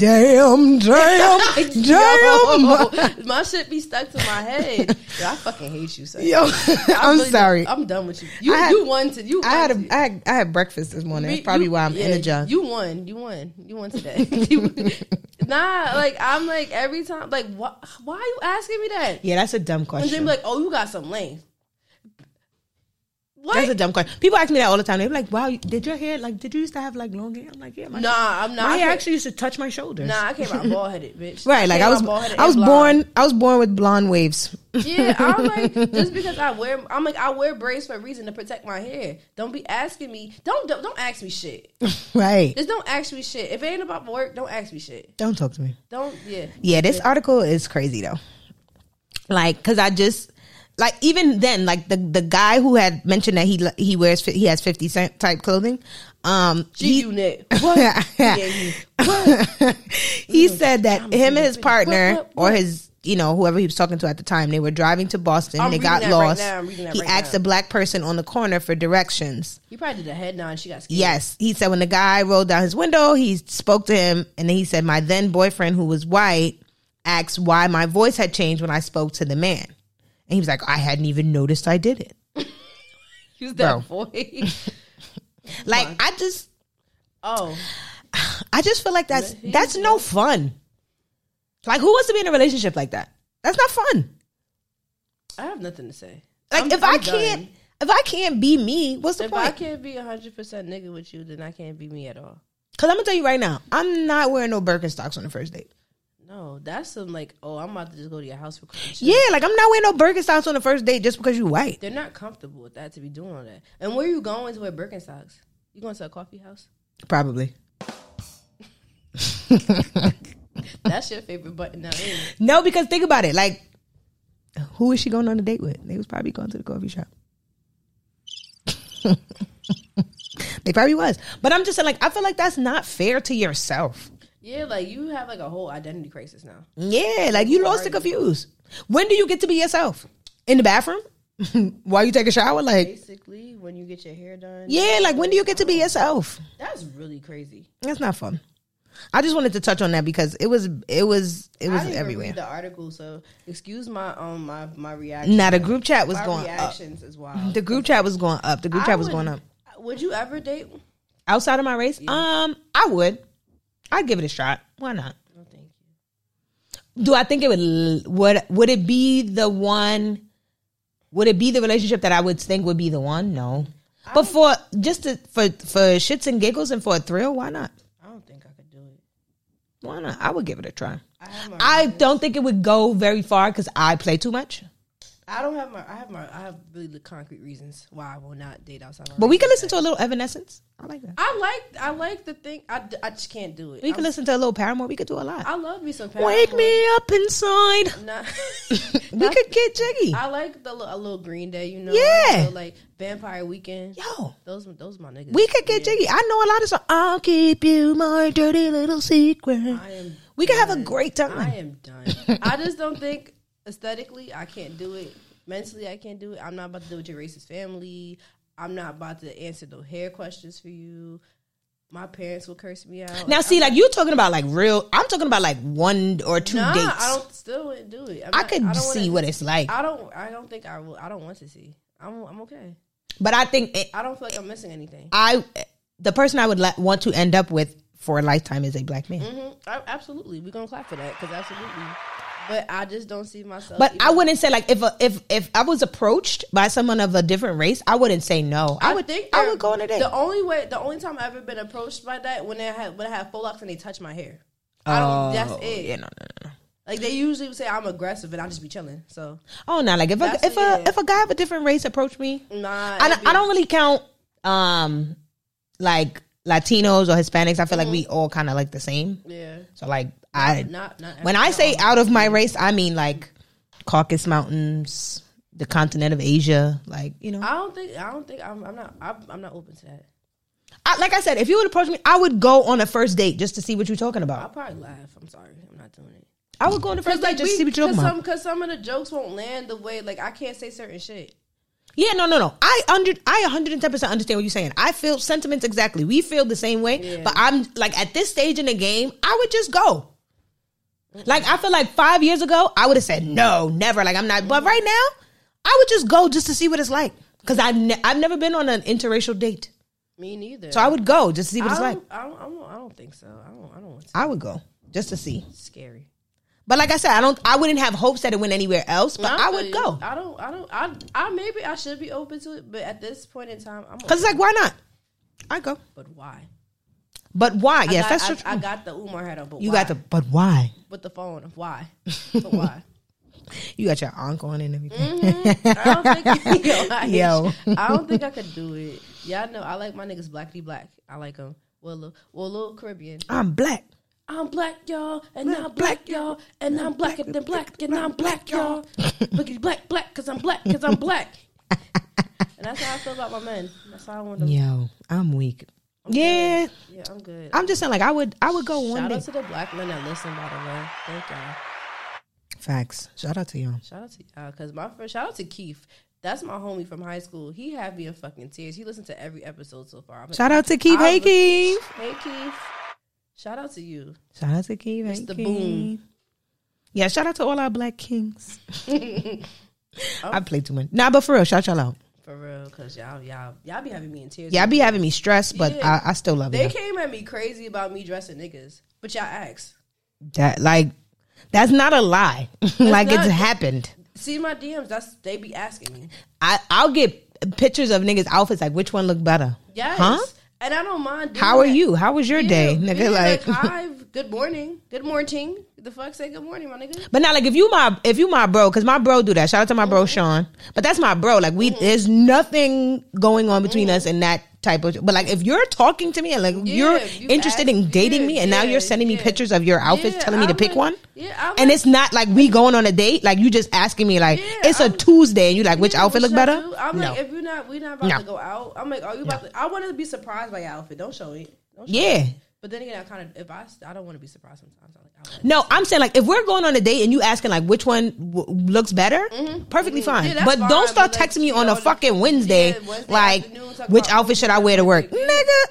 Damn! Damn! Yo, damn! my shit be stuck to my head. Yo, I fucking hate you, sir. Yo, I I'm really- sorry. I'm done with you. You I had- you won to you. I had won a I had, I had breakfast this morning. Me- That's probably you- why I'm yeah, energized. You won. You won. You won today. You- nah, like I'm like every time. Like what? Why are you asking me that? yeah, that's a dumb And then question. be like, oh, you got some length. What? that's a dumb question. People ask me that all the time. They're like, "Wow, you- did your hair like did you used to have like long hair?" I'm like, "Yeah, my, nah, I'm not. my I hair can't- actually used to touch my shoulders." nah, I came out bald headed, bitch. Right, like came I was, out bald-headed I was and blonde. born, I was born with blonde waves. Yeah, I'm like just because I wear, I'm like I wear braids for a reason to protect my hair. Don't be asking me. Don't don't, don't ask me shit. right, Just don't ask me shit. If it ain't about work, don't ask me shit. don't talk to me. Don't yeah. Yeah, this article is crazy though. Like, cause I just like even then, like the the guy who had mentioned that he he wears fi- he has fifty cent type clothing. Um, G he- unit. he Mm. said that him and his partner or his you know whoever he was talking to at the time they were driving to boston I'm they reading got that right lost now, I'm reading that he right asked now. a black person on the corner for directions You probably did a head nod. She got scared. Yes, he said when the guy rolled down his window, he spoke to him, and then he said, "My then boyfriend, who was white, asked why my voice had changed when I spoke to the man." And he was like, "I hadn't even noticed I did it." use that voice. Like I just, Oh, I just feel like that's that's no fun. Like who wants to be in a relationship like that? That's not fun. I have nothing to say. Like I'm- if I I'm done. can't, if I can't be me, what's the if I point? can't be hundred percent nigga with you, then I can't be me at all. Because I'm gonna tell you right now, I'm not wearing no Birkenstocks on the first date. No, that's some like oh, I'm about to just go to your house for quick shit. Yeah, like I'm not wearing no Birkenstocks on the first date just because you white. They're not comfortable with that to be doing all that. And where you going to wear Birkenstocks? You going to a coffee house? Probably. That's your favorite button now. Ain't it? No, because think about it. Like, who is she going on a date with? They was probably going to the coffee shop. they probably was. But I'm just saying, like, I feel like that's not fair to yourself. Yeah, like you have like a whole identity crisis now. Yeah, like you lost and confused. When do you get to be yourself? In the bathroom? While you take a shower? Like, Basically, when you get your hair done, yeah, like when do you get to be yourself? that's really crazy. That's not fun. I just wanted to touch on that because it was, it was, it was I didn't Even everywhere. read the article, so excuse my um my my reaction. Now the group chat was my going up. reactions is wild. The group chat was going up. The group I chat was would- going up. Would you ever date? Outside of my race, um, I would. I'd give it a shot. Why not? No, thank you. Do I think it would l- would would it be the one? Would it be the relationship that I would think would be the one? No, but for just to, for for shits and giggles and for a thrill, why not? I don't think I could do it. Why not? I would give it a try. I have my. I don't think it would go very far because I play too much. I don't have my. I have my. I have really concrete reasons why I will not date outside. my But we race. can listen to a little Evanescence. I like that. I like. I like the thing. I, d- I just can't do it. We can I'm- listen to a little Paramore. We could do a lot. I love me some. Wake Paramore. me up inside. Nah. we could get jiggy. I like the li- a little Green Day. You know. Yeah. So, like Vampire Weekend. Yo, Those those my niggas. we could get jiggy. I know a lot of songs. I'll keep you my dirty little secret. I am. We could have a done. great I time. am done. I just don't think aesthetically I can't do it. Mentally I can't do it. I'm not about to deal with your racist family. I'm not about to answer no hair questions for you. My parents will curse me out. Now, see, like you're talking about like real. I'm talking about like one or two nah, dates. I don't still wouldn't do it. I'm I not- could don't wanna- see what it's like, I don't. I don't think I will. I don't want to see. I'm. I'm okay. but I think it, I don't feel like I'm missing anything. I, the person I would la- want to end up with for a lifetime is a black man. hmm absolutely, we're gonna clap for that because absolutely. But I just don't see myself. But even- I wouldn't say like if a, if if I was approached by someone of a different race, I wouldn't say no. I, would think I there- would go on a date. The only way, the only time I've ever been approached by that when I had when I had full locks and they touch my hair. I don't. Oh, that's it. Yeah, no, no, no, no. Like they usually would say I'm aggressive and I just be chilling. So Oh, no, like if a That's- if a yeah. if a guy of a different race approached me, nah. I it'd don't, I don't really count um like Latinos or Hispanics. I feel Mm-hmm. like we all kind of like the same. be- Yeah. So like I Not not. when I say out of my race, I mean like Caucasus Mountains, the continent of Asia, like you know. I don't think I don't think I'm I'm not I'm, I'm not open to that. I, like I said, if you would approach me, I would go on a first date just to see what you're talking I'll about. probably laugh. I'm sorry. I'm not doing it. I would go on a first date just to see what you're cause talking about. some, cause some of the jokes won't land the way like I can't say certain shit. Yeah, no, no, no. I under I 110 percent understand what you're saying. I feel sentiments exactly. We feel the same way. Yeah. But I'm like at this stage in the game, I would just go. Like I feel like five years ago, I would have said no, never. Like I'm not. But right now, I would just go just to see what it's like because I've ne- I've never been on an interracial date, Me neither. so I would go just to see what I it's like. don't, I don't I don't I don't think so. I don't I don't want to. I would go just to see. It's scary. But like I said, I don't. I wouldn't have hopes that it went anywhere else. But Nah, I would feel you. go I don't. I don't. I. I maybe I should be open to it, but at this point in time, I'm. because it's like why not? I go. but why? But why? Yes, I, that's I, true. I got the Umar head on, but you why? got the but why? with the phone. Why? But why? You got your ankle on and everything. Mm-hmm. I don't think yo, I, Yo. I don't think I could do it. Y'all know I like my niggas blackity black. I like them. Well, little, well, little Caribbean. I'm black. I'm black, y'all, and I'm black, y'all, and I'm blacker than black, and I'm black, y'all. Lookity black, black, cause I'm black, cause I'm black. and that's how I feel about my men. That's how I want them. Yo, I'm weak. Yeah, Yeah, I'm good. I'm just saying. Like I would, I would go one Shout day. out to the black men that listen, by the way. Thank y'all. Facts. Shout out to y'all. Shout out to y'all. Because my first, shout out to Keith. That's my homie from high school. He had me in fucking tears. He listened to every episode so far. I'm like, Shout out to Keith. I Hey was- Keith. Hey, Keith. Shout out to you. Shout out to Keith. Hey the Keith. boom. Yeah, shout out to all our black kings. I play too much. Nah, but for real, shout y'all out. For real. Because y'all, y'all, y'all be having me in tears. Y'all be having me stressed, but Yeah. I, I still love They you. came at me crazy about me dressing niggas. But y'all asked. That like, that's not a lie. like not- it's happened. See my DMs. That's They be asking me. I I'll get pictures of niggas' outfits. Like which one look better? Yes. Huh? And I don't mind. doing How are that. you? How was your Yeah, day, nigga? yeah, like, I've, good morning. Good morning. The fuck say good morning, my nigga? But not like if you my if you my bro, because my bro do that. Shout out to my Mm-hmm. bro Sean. But that's my bro. Like we there's nothing going on between Mm-hmm. us and that type of. But like if you're talking to me and like you're you interested in ask- dating yeah, me, and now yeah, you're sending me yeah. pictures of your outfits, Yeah, telling me to I'm pick like- one. Yeah, I'm And like- it's not like we going on a date. Like you just asking me like Yeah, it's a I'm- Tuesday, and you like which Yeah, outfit what look should I better? do? I'm no. like, if you're not, we're not about No. to go out. I'm like, oh, you about to? I want to be surprised by your outfit. Don't show it. Don't show yeah. It. But then again, I kind of, if I, I don't want to be surprised sometimes. I'm like, I wanna- No, I'm saying like if we're going on a date and you asking like which one w- looks better, perfectly fine. Mm-hmm. Yeah, that's but don't fine, start but, like, texting me you on know, a fucking Wednesday, yeah, Wednesday like afternoon, talk which about- Mm-hmm. outfit should I wear to work, nigga.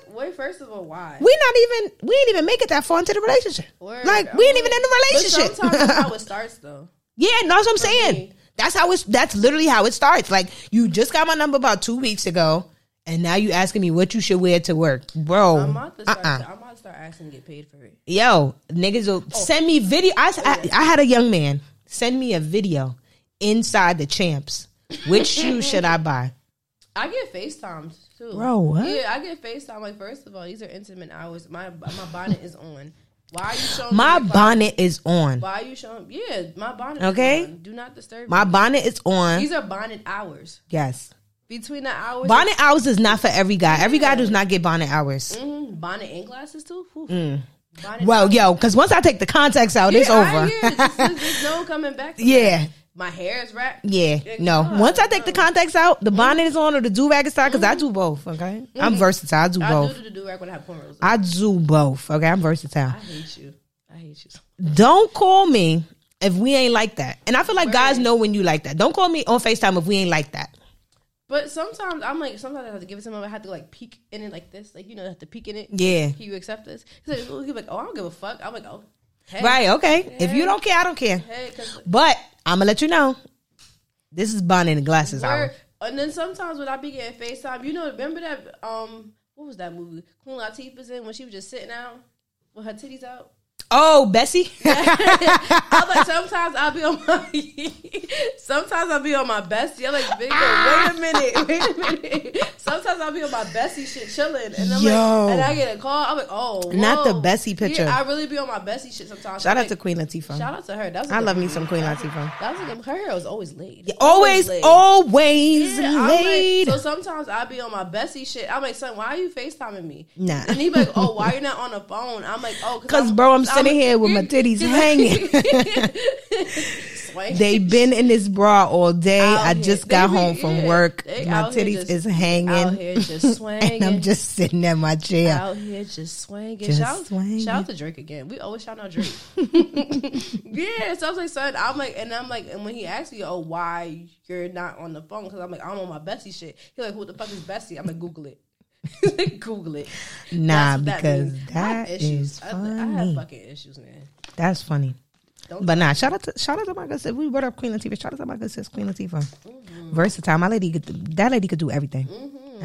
Wait, first of all, why? We not even we ain't even make it that far into the relationship. Word. Like I'm we ain't even in the But relationship. Sometimes that's how it starts, though. yeah, no, that's what I'm me. saying. That's how it's. That's literally how it starts. Like you just got my number about two weeks ago, And now you asking me what you should wear to work, bro. I'm about to start. Uh-uh. I'm about to start asking to get paid for it. Yo, niggas will Oh. send me video. I, I I had a young man send me a video inside the champs. Which shoe should I buy? I get FaceTimes too, Bro, what? Yeah, I get FaceTime. Like, first of all, these are intimate hours. My my bonnet is on. Why are you showing? My me if I- bonnet is on. Why are you showing? Yeah, my bonnet. Okay. Is on. Do not disturb. My me. bonnet is on. These are bonnet hours. Yes. Between the hours, Bonnet hours is not for every guy. Every guy does not get bonnet hours. Mhm, bonnet and glasses too. Whew. Bonnet Mm. Well, yo, because once I take the contacts out, it's Yeah, I- over. yeah, there's- there's, there's no coming back. to that. yeah. my hair is wrapped. Yeah, no. God, Once I take the contacts out, the Mm-hmm. bonnet is on or the do rag is on because I do both. Okay, I'm versatile. I do I both. do the do rag when I have cornrows. I, I do both. Okay, I'm versatile. hate you. I hate you. Don't call me if we ain't like that. And I feel like guys know when you like that. Don't call me on Facetime if we ain't like that. But sometimes I'm like, sometimes I have to give it to him. I have to like peek in it like this, like you know, I have to peek in it. Yeah. Can you accept this? He's like, oh, he's like, oh, I don't give a fuck. I'm like, oh, hey, Right? Okay. If you don't care, I don't care. hey, 'cause But I'm gonna let you know. This is bonnet and glasses we're- hour. And then sometimes when I be getting Facetime, you know, remember that um, what was that movie? Queen Latifah's in when she was just sitting out with her titties out. Oh, Bessie. I'm like, sometimes I'll be on my sometimes I'll be on my bestie. I'm like, Ah. nigga, wait a minute, wait a minute. Sometimes I'll be on my bestie shit chilling. And I'm Yo. like and I get a call. I'm like, oh Not the whoa. bestie picture. Yeah, I really be on my bestie shit sometimes. Shout I'm out to like, Queen Latifah. Shout out to her. That's I love me some Queen Latifah. That's a good, her hair was always laid. Always, late. always Yeah, I'm like- late. so sometimes I'll be on my bestie shit. I'm like, son, why are you FaceTiming me? Nah. And he be like, oh, why you not on the phone? I'm like, oh, Cause bro, I'm sitting here with my titties hanging. Swank. they been in this bra all day. Out I here. just They got be- home from yeah. work. They my out here titties just- is hanging. out here just and I'm swinging. just sitting at my chair. out here just swinging. Just shout, out- swinging. shout out to Drake again. We always shout out Drake. yeah, so I was like, son, I'm like, and I'm like, and when he asked me, oh, why you're not on the phone? Because I'm like, I'm on my Bessie shit. He's like, who the fuck is Bessie? I'm like, Google it. Google it. That's Nah, what because means. I have that is I, I have funny. fucking issues, man. That's funny. Don't- But nah, shout out to shout out to my good sis. We brought up Queen Latifah. Shout out to my good sis, Queen Latifah. Mm-hmm. Versatile. My lady could that lady could do everything.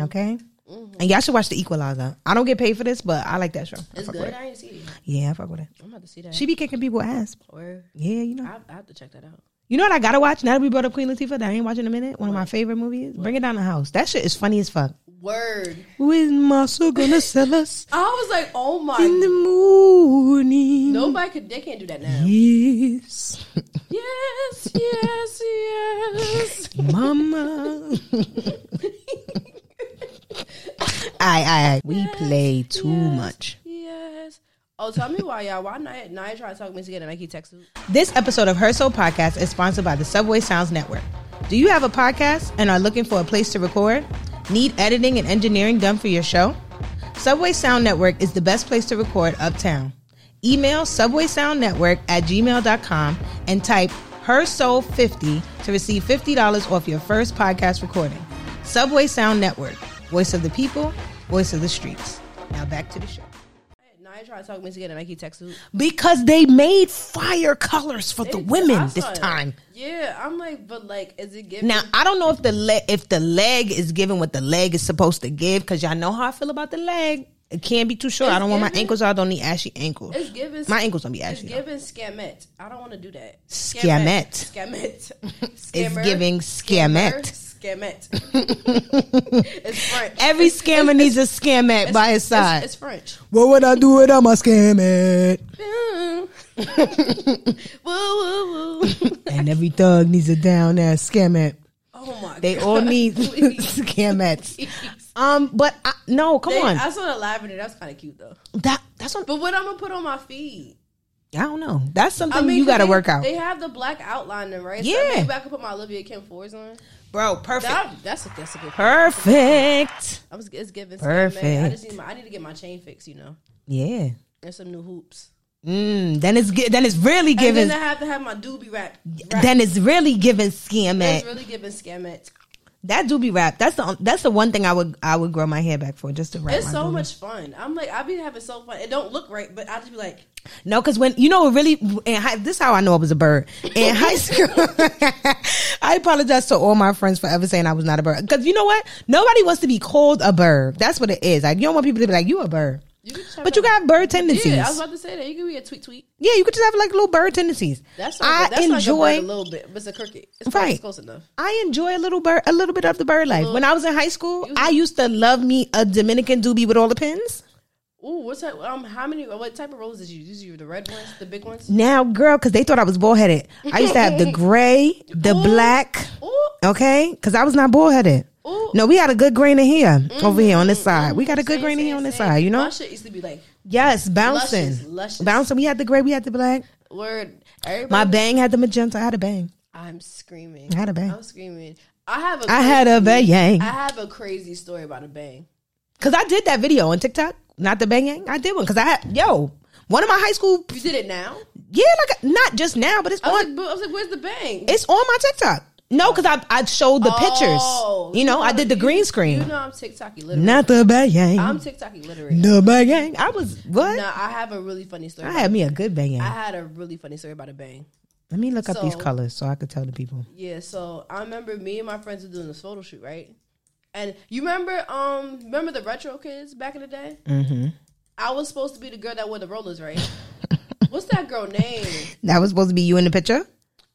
Okay? Mm-hmm. And y'all should watch The Equalizer. I don't get paid for this, but I like that show. I It's fuck good. with it. I ain't see it. Yeah, I fuck with it. I'm about to see that. She be kicking people ass. or Yeah, you know. I, I have to check that out. You know what I gotta watch now that we brought up Queen Latifah that I ain't watching in a minute? One of my favorite movies. Bring it down the house. That shit is funny as fuck. Word. When Master gonna sell us I was like, oh in the my. morning? Nobody could. They can't do that now. Yes, Yes, yes, yes. Mama. aye, aye, aye. We play too much. Yes. Oh, tell me why, y'all. Why Nia, Nia trying to talk me to get a Nike tech suit? This episode of Her Soul Podcast is sponsored by the Subway Sounds Network. Do you have a podcast and are looking for a place to record? Need editing and engineering done for your show? Subway Sound Network is the best place to record uptown. Email subwaysoundnetwork at gmail.com and type Her Soul 50 to receive $50 off your first podcast recording. Subway Sound Network, voice of the people, voice of the streets. Now back to the show. Nia trying to talk me to get a Nike tech suit. Because they made fire colors for the They- I women saw this it. time. Yeah, I'm like, but like, is it giving? Now I don't know if the le- if the leg is giving what the leg is supposed to give because y'all know how I feel about the leg. It can't be too short. I It's don't want my giving- ankles. out. I don't need ashy ankles. it's giving. My ankles don't be It's ashy. though. giving scamet. I don't want to do that. Scamet. It's giving scamet. Scamet. it's French. Every It's- scammer it's- needs a scamet by his it's- side. It's, French. what would I do without my scamet? woo woo woo. and every thug needs a down ass scamet. Oh my They god. all need Please. scamets. Um, but I, no, come They- on. I saw the lavender. That's kind of cute though. that that's what, But what I'm gonna put on my feet? I don't know. That's something I mean, you 'cause got to they- work out, They have the black outlining, right? Yeah. So maybe I could put my Olivia Kim fours on. bro. Perfect. That, that's a that's a good. Perfect. I was it's giving. scamet. I just Perfect. need my. I need to get my chain fixed. You know, Yeah. and some new hoops. Mm, then it's gi- then it's really And giving then I have to have my doobie wrap. wrap. then it's really giving skin That's at really giving scamet. that doobie wrap. That's the on- that's the one thing I would I would grow my hair back for just to wrap. It's my so doobie. much fun. I'm like, I be having so fun. It don't look right, but I just be like, No, because when you know, really, and high, this is how I know it was a bird in high school. I apologize to all my friends for ever saying I was not a bird because you know what? Nobody wants to be called a bird. That's what it is. Like you don't want people to be like you a bird, You can just have but you a- got bird tendencies. Yeah, Yeah, I was about to say that. You can be a tweet tweet. you could just have like little bird tendencies. That's not, I that's enjoy. like a, bird a little bit, but it's a cricket. It's Right. right. close enough. I enjoy a little bird, a little bit of the bird Uh-huh. life. When I was in high school, I used to love me a Dominican doobie with all the pins. Ooh, what's that? Um, how many? What type of roses did you use? You the red ones, the big ones. Now, girl, because they thought I was bald headed. I used to have the gray, the Ooh. black. Ooh, Okay, because I was not bald headed. ooh. No, we had a good grain of hair Mm-hmm. over here on this side. We got a good grain of hair on this side, you know? my shit used to be like yes, bouncing. luscious, luscious. Bouncing. We had the gray, we had the black. word. Everybody, My bang had the magenta. I had a bang. I'm screaming. I had a bang. I'm screaming. I have a. I had a crazy- bang. I have a crazy story about a bang. Because I did that video on TikTok, not the bang yang. I did one because I had, yo, one of my high school, You did it now. yeah, like not just now, but it's I was, on, like, but- I was like, "Where's the bang?" it's on my TikTok. No, because I, I showed the Oh, pictures. You know, I did the green You screen. know, I'm TikTok illiterate. Not the bang yang. I'm TikTok illiterate. The bang yang. I was, what? Now I have a really funny story. I about- had me a good bang I yang. had a really funny story about a bang. Let me look up these So- colors so I could tell the people. Yeah, so I remember me and my friends were doing this photo shoot, right? And you remember, um, remember the retro kids back in the day? Mm-hmm. I was supposed to be the girl that wore the rollers, right? What's that girl name? That was supposed to be you in the picture.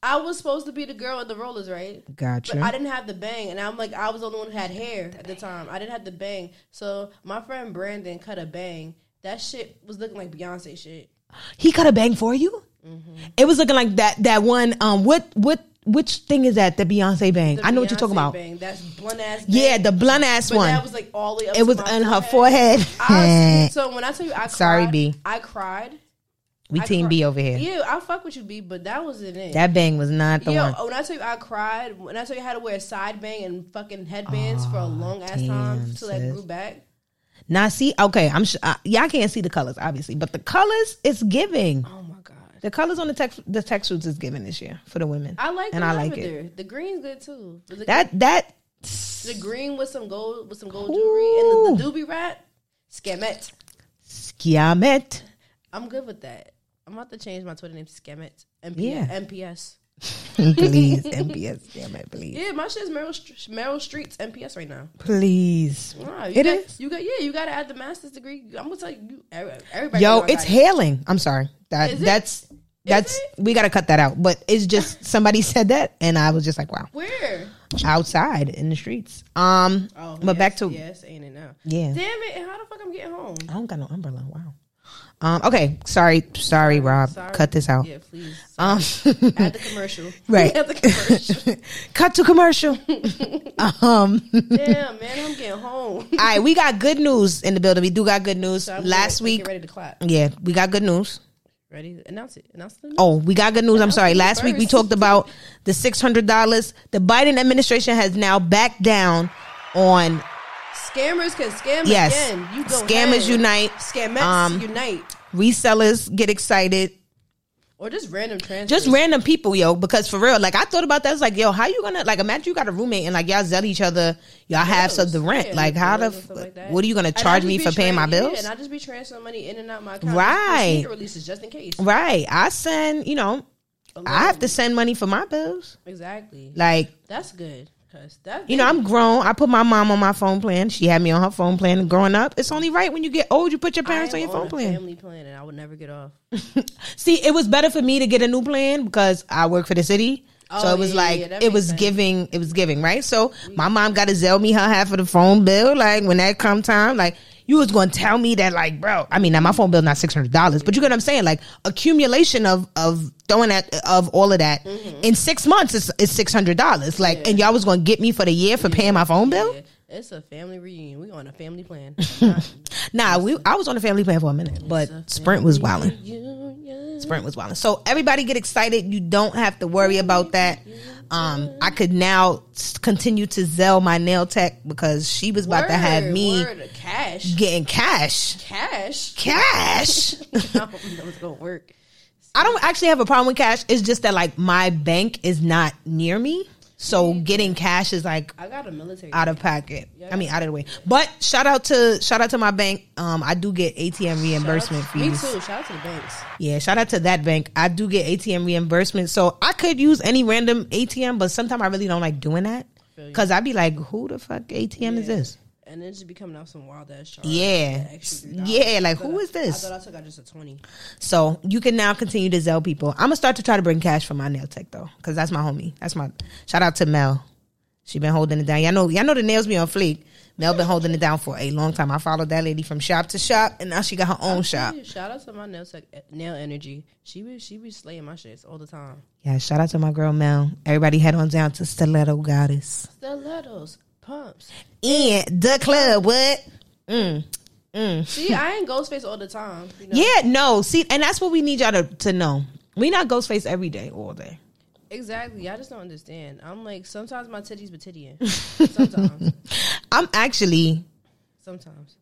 I was supposed to be the girl with the rollers, right? Gotcha. But I didn't have the bang, and I'm like, I was the only one who had hair at the time. I didn't have the bang, so my friend Brandon cut a bang. That shit was looking like Beyonce shit. he cut a bang for you. Mm-hmm. It was looking like that that one. Um, what what which thing is that? The Beyonce bang. The I know what you're talking Beyonce about. Bang. That's blunt ass. Bang. Yeah, the blunt ass But one. that was like all the way up it to was my on her forehead. I, so when I tell you, I Sorry, cried, B. I cried. we I team cried. B over here. Yeah, I fuck with you, B, but that wasn't it. That bang was not the Yo, one. when I tell you I cried, when I tell you I had to wear side bang and fucking headbands for a long ass time damn, till that sis. grew back. Now see, okay, I'm sh- uh, y'all can't see the colors obviously, but the colors it's giving. Oh my god, The colors on the text the textures is giving this year for the women. I like and the I like lavender. it. The green's good too. But The, That that the green with some gold with some gold jewelry and the, the doobie rat, scamet. skiamet. I'm good with that. I'm about to change my Twitter name to scamet. MP- Yeah. MPS. please, MPS, damn it, please, Yeah, my shit's Meryl, Str- Meryl Street's MPS right now. please. Nah, you It got, is? You got yeah. You got to add the master's degree. I'm gonna tell you, you every- everybody. Yo, know I it's got it. hailing. I'm sorry. That Is it? that's that's we gotta cut that out. But it's just somebody said that, and I was just like, wow, where? outside in the streets. Um, but Oh, yes, back to yes, ain't it now? Yeah. Damn it! and How the fuck I'm getting home? I don't got no umbrella. Wow. Um, okay, sorry, sorry, Rob, Sorry. cut this out. Yeah, please. Um, Add the commercial. Right. Add the commercial. cut to commercial. um, Damn, man, I'm getting home. all right, we got good news in the building. We do got good news. So I'm Last getting- week, get ready to clap. yeah, we got good news. Ready? Announce it. Announce it. Oh, we got good news. I'm sorry. Last week we first. talked about the $600. The Biden administration has now backed down on Scammers can scam Yes. again. You go Scammers ahead. unite. Scamettes Um, unite. resellers get excited. Or just random transfers. Just random people, yo, because for real, like I thought about that. I was like, yo, how you gonna like imagine you got a roommate and like y'all zell each other, y'all have some of the rent. Yeah, like how the bills and f- stuff like that. what are you gonna And I charge just me be for paying my tran- yeah, bills? and I just be transferring money in and out my account. Right. Just for sneaker releases just in case. right. I send, you know, I have to send money for my bills. Exactly. Like That's good. Cause that You know, I'm grown. I put my mom on my phone plan. She had me on her phone plan And growing up. It's only right when you get old, you put your I parents am on your a phone plan. Family plan, and I would never get off. See, it was better for me to get a new plan because I work for the city. so Oh, it was yeah, like yeah, that it makes was sense. giving, it was giving, right? So my mom got to zell me her half of the phone bill. Like when that come time, like you was gonna tell me that, like, bro. I mean, now my phone bill not six hundred dollars, but you get what I'm saying? Like accumulation of of throwing that of all of that Mm-hmm. in six months is is six hundred dollars. Like, and y'all was gonna get me for the year for paying my phone bill. Yeah. It's a family reunion. We on a family plan. Not Nah, we I was on the family plan for a minute, but Sprint Mm-hmm. was wilding. reunion. Sprint was wilding. So everybody get excited. You don't have to worry about that. Um, I could now s- continue to sell my nail tech because she was about to have Word, me word, cash, getting cash, cash. cash. I don't know what's gonna work. I don't actually have a problem with cash. It's just that like my bank is not near me, So getting cash is like I got a military. out of pocket. I mean, out of the way. But shout out to shout out to my bank. Um, I do get ATM reimbursement Me fees. too. Shout out to the banks. Yeah, shout out to that bank. I do get ATM reimbursement, so I could use any random ATM. But sometimes I really don't like doing that Feel you. because I'd be like, "Who the fuck ATM is this?" And then just be coming out some wild ass charge. Yeah, yeah. Like, who is this? I thought I took out just a twenty. So you can now continue to Zell people. I'm gonna start to try to bring cash for my nail tech though, because that's my homie. That's my shout out to Mel. She been holding it down. Y'all know, y'all know the nails be on fleek. Mel been holding it down for a long time. I followed that lady from shop to shop, and now she got her own shop. Yeah, Shout out to my nail tech, eh, nail energy. She was she was slaying my shits all the time. Yeah, shout out to my girl Mel. Everybody head on down to Stiletto Goddess Stilettos, pumps. in the club. What? Mm. See, I ain't Ghostface all the time. You know? Yeah, no. See, and that's what we need y'all to, to know. We not Ghostface every day, all day. Exactly. I just don't understand. I'm like sometimes my titties be tittying. Sometimes. I'm actually sometimes.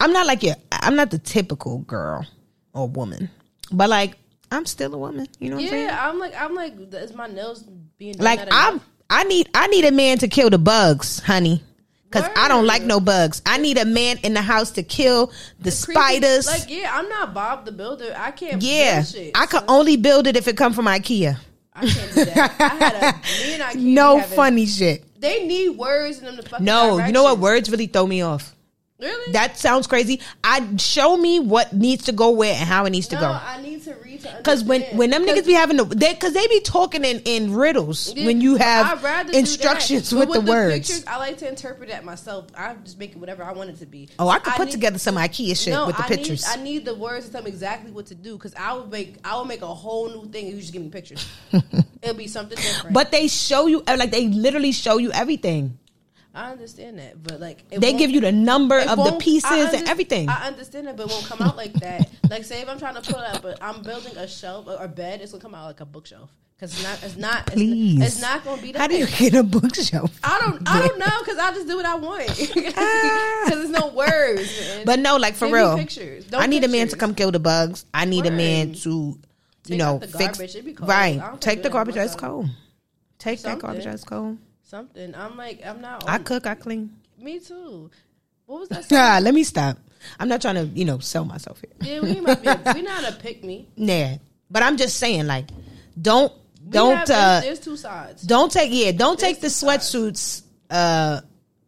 I'm not like your I'm not the typical girl or woman. But like I'm still a woman. You know what I'm saying? Yeah, I'm like I'm like is my nails being done Like at a- I'm I need I need a man to kill the bugs, honey. Cause I don't like Word. no bugs. I need a man in the house to kill the, creepy. spiders. Like yeah, I'm not Bob the Builder. I can't. yeah, build shit. I so could only build it if it come from IKEA. I can't do that. I had a me and I keep No having- funny shit. They need words in them to fucking. No, you know what? directions. Words really throw me off. Really? That sounds crazy. I show me what needs to go where and how it needs to no, go. I need to read to Cause when understand. when them 'Cause niggas be having the they cause they be talking in, in riddles when you I'd have rather do that. instructions But with, the, words. pictures, I like to interpret that myself. I just make it whatever I want it to be. oh, I could put need- together some IKEA shit with the I pictures. Need, I need the words to tell me exactly what to do because I would make I would make a whole new thing if you just give me pictures. It'll be something different. but they show you uh, like they literally show you everything. I understand that, but like it They won't- give you the number it of the won't- I pieces under- and everything. I understand it, but it won't come out like that. like say if I'm trying to pull up, but I'm building a shelf or a bed, it's gonna come out like a bookshelf because it's not. It's not. it's- Please, It's, not gonna be. That How do you big. get a bookshelf? I don't. I don't know because I just do what I want because there's no words. man. But no, like for Give me real, pictures. No I need a man to pictures. come kill the bugs. I need a man Word. to, you Take know, out the fix garbage. It be cold. I don't right. think Take do the that garbage ice myself. cold. Take that garbage Something. Mm. ice cold. something. I'm like, I'm not. I cook. I clean. Me too. What was that? song? Nah, let me stop. I'm not trying to you know sell myself here. yeah, we might be. We're not a pick me. Nah, but I'm just saying, like, don't We don't have- uh there's, there's two sides. don't take yeah don't take the There's two sides. sweatsuits uh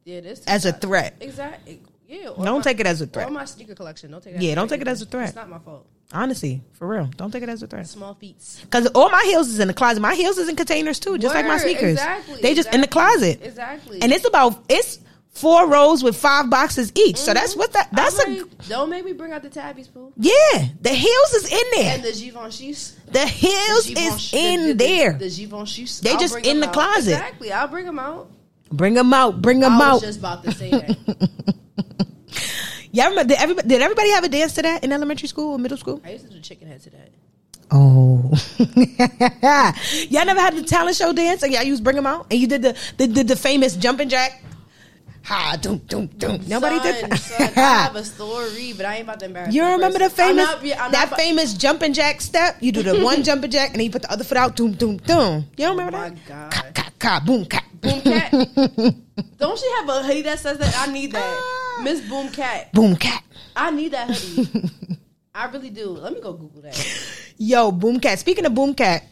Yeah, there's two as a sides. threat. Exactly. Yeah. or Don't my- take it as a Or threat. my sneaker collection. Don't take it. Yeah, as don't take it as a threat. It's not my fault. Honestly, for real, don't take it as a threat. Small feet. Cause all my heels is in the closet. My heels is in containers too, just like my Word, sneakers. exactly, They just in the exactly, closet, Exactly. and it's about it's four rows with five boxes each. So Mm-hmm. that's what that that's I'm a like, don't make me bring out the tabbies, poo. yeah. The heels is in there. And the Givenchy's. The heels is Givenchy- in the, the, there. The, the Givenchy's. They just bring in them the out. closet. Exactly. I'll bring them out. Bring them out. Bring them I was out. just about to say that. Yeah, remember, did, everybody, did everybody have a dance to that in elementary school or middle school? I used to do chicken head to that. Oh, y'all never had the talent show dance, and y'all used bring them out, and you did the the, the, the famous jumping jack. Ha, doom, doom, doom. Nobody son, did. son, I have a story, but I ain't about to embarrass. you that remember the person. I'm famous not- yeah, I'm that not- famous jumping jack step? You do the one jumping jack, and then you put the other foot out. Doom, doom, doom. You don't remember Oh my that? God. Ka, ka, ka, boom, ka. Boom cat. Don't she have a hoodie that says that? I need Ah. that. Miss Boom Cat. boom, cat. I need that hoodie. I really do. Let me go Google that. Yo, boom, cat. Speaking of boom, cat.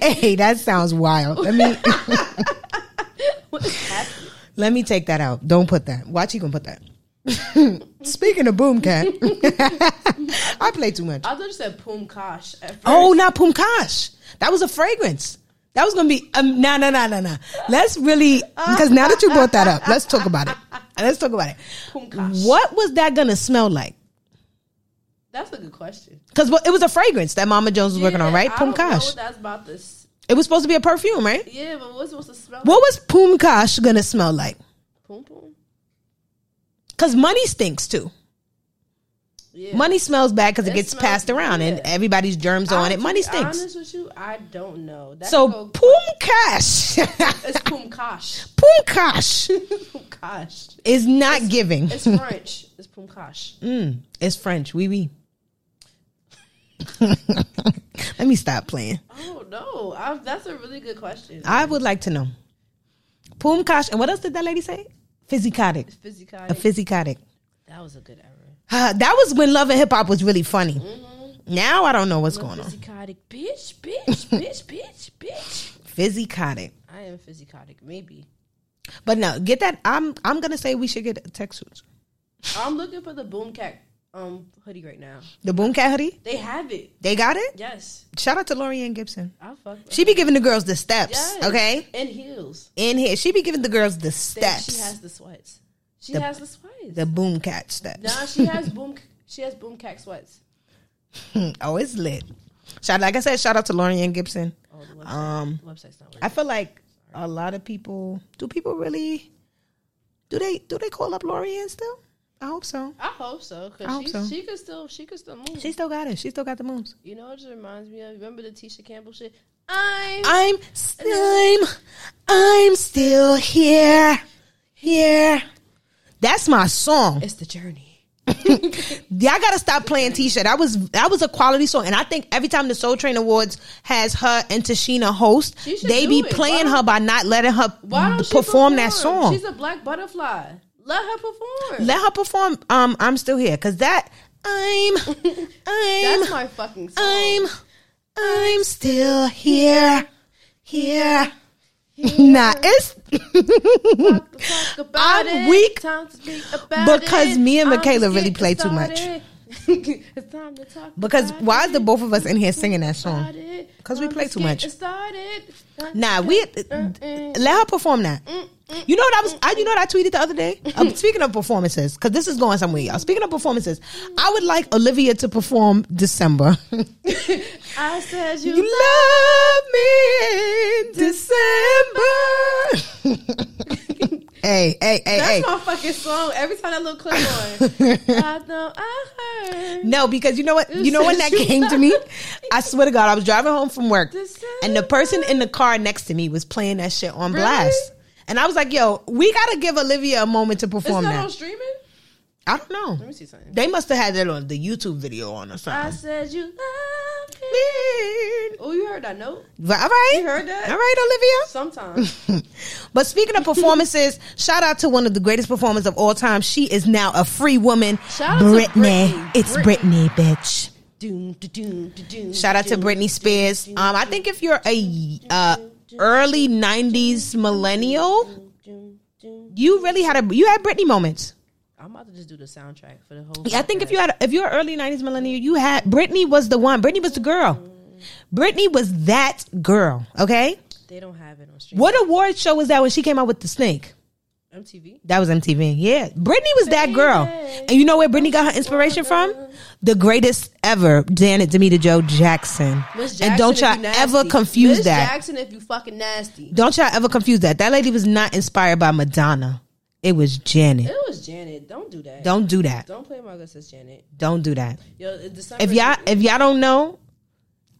hey, that sounds wild. Let me. What is happening? Let me take that out. Don't put that. Watch you gonna put that. Speaking of Boomcat, I play too much. I thought you said Poom Kosh. At first. Oh, not Pumkash. That was a fragrance. That was gonna be um, no, no, no, no, no. Let's really because now that you brought that up, let's talk about it. Let's talk about it. Poom Kosh. What was that gonna smell like? That's a good question. Because it was a fragrance that Mama Jones was working on, Yeah, right? I don't know what Pumkash. That's about this. It was supposed to be a perfume, right? Yeah, but what's supposed to smell? What was Pumkash gonna smell like? like? Poom Poom. Because money stinks too. Yeah. Money smells bad because it, It gets smells- passed around and yeah. everybody's germs are on I'll it. Money be stinks. Honest with you, I don't know. That's so go- Poom Cash, it's Poom Kosh. Poom Cash Poom Kosh. is not giving. It's French. It's Pumkash. Mm, it's French. Oui, oui. Let me stop playing. Oh no, I, that's a really good question. I would like to know. Pumkash, and what else did that lady say? Physicotic. Physical. A physicotic. that was a good error. Ah, that was when Love and Hip Hop was really funny. Mm-hmm. Now I don't know what's going on. Physicotic, bitch, bitch, bitch, bitch, bitch. Physicotic. I am physicotic, maybe. But no, get that. I'm I'm gonna say we should get a text suits. I'm looking for the Boomcat um hoodie right now. The Boom Cat hoodie. They have it. They got it. Yes, Shout out to Lorianne Gibson. I fuck. with She be giving the girls the steps. Yes. Okay, and heels. in here she be giving the girls the That steps. She has the sweats. She The- has the sweats. the Boom Cat steps. nah, she has boom. She has boomcat sweats. oh, it's lit. Shout like I said, shout out to Lorianne Gibson. Oh, the website, Um, the website's not working. I feel like a lot of people. Do people really? Do they do they call up Lorianne still? I hope so. I hope so I because hope she so. she could still she could still move. She still got it. She still got the moves. you know, it just reminds me of remember the Tisha Campbell shit. I'm I'm I'm I'm still here. Here. That's my song. it's the journey. Y'all gotta stop playing Tisha. That was that was a quality song, and I think every time the Soul Train Awards has her and Tashina host, She should they do be it. playing Why her by not letting her Why don't perform, she that song. She's a black butterfly. Let her perform. Let her perform. Um, I'm still here because that I'm That's I'm my fucking song. I'm I'm still here here. Nah, it's Talk- talk about I'm it. weak Time to speak about because it. me and I'm Michaela just really getting play too much. started. it's time to talk because about why it. is the both of us in here singing that song? Started. 'Cause we I'm play just too much. getting started. Nah, we Mm-mm. let her perform that. You know what I was? I, you know what I tweeted the other day? Uh, speaking of performances, because this is going somewhere, y'all. Speaking of performances, I would like Olivia to perform December. I said you. you love me in December. hey, hey, hey, That's hey. my fucking song. Every time that little clip on, I know I heard. No, because you know what? You know when that You came to love me? I swear to God, I was driving home from work and the December. person in the car next to me was playing that shit on Really? blast. And I was like, yo, we gotta give Olivia a moment to It's perform not on that. streaming. I don't know. Let me see something. They must have had that on the YouTube video on or I something. said you love me. Weird. Oh, you heard that note? But, all right. You heard that? All right, Sometimes Olivia. but speaking of performances, shout out to one of the greatest performers of all time. She is now a free woman. Shout out to Britney. It's Britney. Britney, bitch. doom, da, doom, da, doom. Shout out to Britney Spears. Um, I think if you're a uh, early '90s millennial, Doom, doom. you really had a you had Britney moments. I'm about to just do the soundtrack for the whole. Yeah, I think if podcast. you had if you're an early '90s millennial, you had Britney was the one. Britney was the girl. Britney was that girl. Okay, they don't have it on streaming. what award show was that when she came out with the snake? MTV. That was MTV. Yeah, Britney was that girl. And you know where Britney got her inspiration from? The greatest ever, Janet Demita Joe Jackson. Miss and Jackson, don't if y'all you nasty. ever confuse Miss that. Jackson, if you fucking nasty, Don't y'all ever confuse that. That lady was not inspired by Madonna. It was Janet. it was Janet. Don't do that. Don't do that. Don't play my good sis Janet. Don't do that. Yo, in December. If y'all if y'all don't know,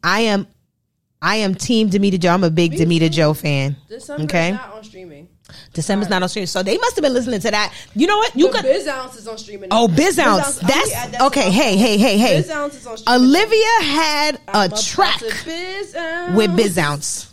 I am I am team Demita Joe. I'm a big Demita Joe fan. December okay. is not on streaming. December's not on stream. So they must have been listening to that. You know what? You You could Biz Ounce is on streaming. Oh, now. Biz I'm Ounce. gonna add That's that to okay. my- Hey, hey, hey, hey. Biz Ounce is on streaming. Olivia had I'm a about to track Biz Ounce. with Biz Ounce.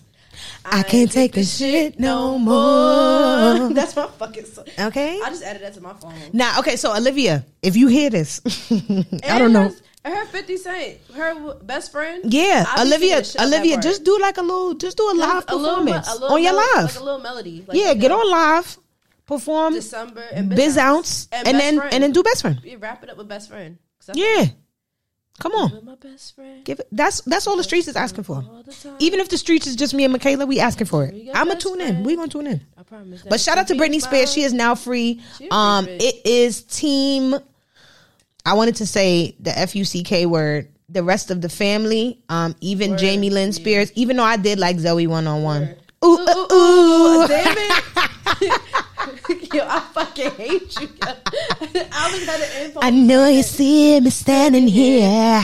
I can't take this shit no more. That's my fucking song. Okay. I just added that to my phone. Now, okay, so Olivia, if you hear this, I don't And know. Her, her 50 Cent, her w- best friend. Yeah, I be Olivia, singing the shit out that Olivia, part. just do like a little, just do a live A little me- performance a little on your melody, live. Like a little melody. Like, yeah, you get know, on live, perform December and Biz Ounce, and, Best then Friend. and then do best friend. We wrap it up with best friend. 'Cause I Yeah, come on, with my best friend give it. That's that's all the streets is asking for. all the time. Even if the streets is just me and Michaela, we asking for it. We your I'ma best tune in. friend. We gonna tune in. I promise. But shout out to Britney Spears. She is now free. She is Um, free, bitch. it is team. I wanted to say the F U C K word. The rest of the family, um, even Word, Jamie Lynn yeah. Spears. Even though I did like Zoe one on one. Word. Ooh, Ooh, ooh, ooh, ooh. ooh, Oh, damn it. Yo, I fucking hate you. I was at an info. I know you see me standing here.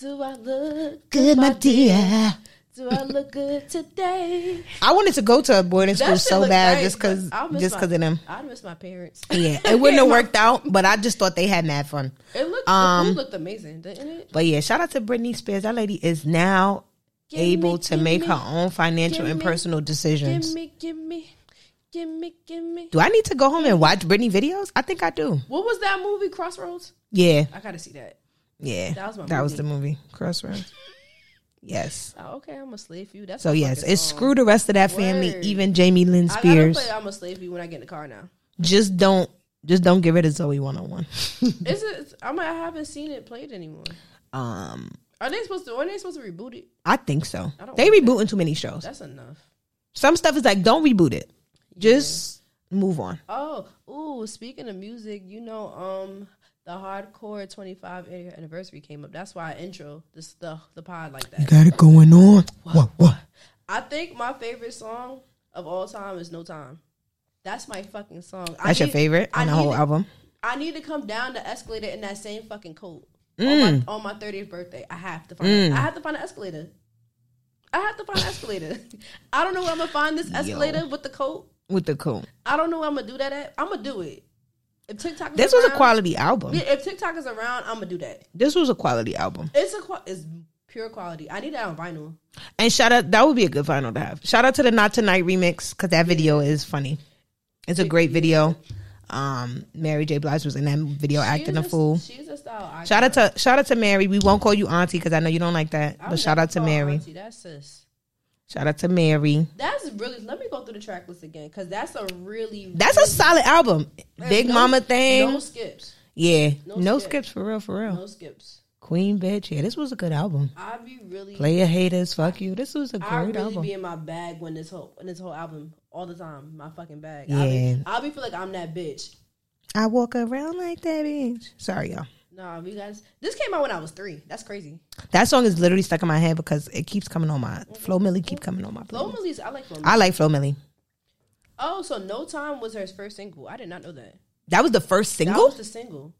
Do I look Good, my dear. Do I look good today? I wanted to go to a boarding That school shit so look bad nice, just because but I'll miss just my- because of them. I miss my parents. Yeah, it wouldn't have worked out, but I just thought they had mad fun. It looked Um, the food looked amazing, didn't it? But yeah, shout out to Britney Spears. That lady is now Gimme, able to make gimme, her own financial and gimme, personal decisions. Gimme, gimme, gimme, gimme. Do I need to go home and watch Britney videos? I think I do. What was that movie? Crossroads. Yeah, I gotta see that. yeah. That was my the movie Crossroads. yes. Oh, okay, I'm a slave for you. That's So my yes, fucking it's song. screw the rest of that family, Word. even Jamie Lynn I gotta Spears. play I'm a slave for you when I get in the car now. Just don't, just don't get rid of Zoe one on one. Is it? I'm. I haven't seen it played anymore. Um, Are they supposed to? Are they supposed to reboot it? I think so. I don't They want rebooting too many shows. That's enough. Some stuff is like, don't reboot it. Just move on. Oh, ooh. Speaking of music, you know, um, the hardcore 25 year anniversary came up. That's why I intro this the the pod like that. Got it going on. What? What? I think my favorite song of all time is No Time. That's my fucking song. I That's your need- favorite I on the need whole to- album. I need to come down the escalator in that same fucking coat Mm. on, my, on my 30th birthday. I have to find. I have to find an escalator. I have to find an escalator. I don't know where I'm gonna find this escalator with the coat. with the cool. I don't know where I'm gonna do that at. I'm gonna do it. If TikTok is This was a around- quality album. Yeah, If TikTok is around, I'm gonna do that. This was a quality album. It's a qua- it's pure quality. I need that on vinyl. And shout out, that would be a good final to have. Shout out to the Not Tonight remix because that video is funny. It's a great video. Um, Mary J. Blige was in that video acting a She's fool. She's a style icon. Shout out to shout out to Mary. We won't call you auntie because I know you don't like that. I'm But shout never out to called Mary. auntie, That's sis. Shout out to Mary. That's really. Let me go through the track list again because that's a really. That's a solid album. Big no- Mama thing. No skips. yeah. no No skip. skips for real, for real. No skips. Queen Bitch. Yeah, this was a good album. I be really. Player haters, fuck you. This was a great I really album. be in my bag when this whole when this whole album all the time. My fucking bag. I'll be, Yeah. I'll be feel like I'm that bitch. I walk around like that bitch. Sorry, y'all. Nah, we guys. This came out when I was three. That's crazy. That song is literally stuck in my head because it keeps coming on my Flo Millie keep coming on my Flo playlist. Millis, I like Flo. Milli. I like Flo Millie. Oh, so No Time was her first single. I did not know that. That was the first That single. was the single.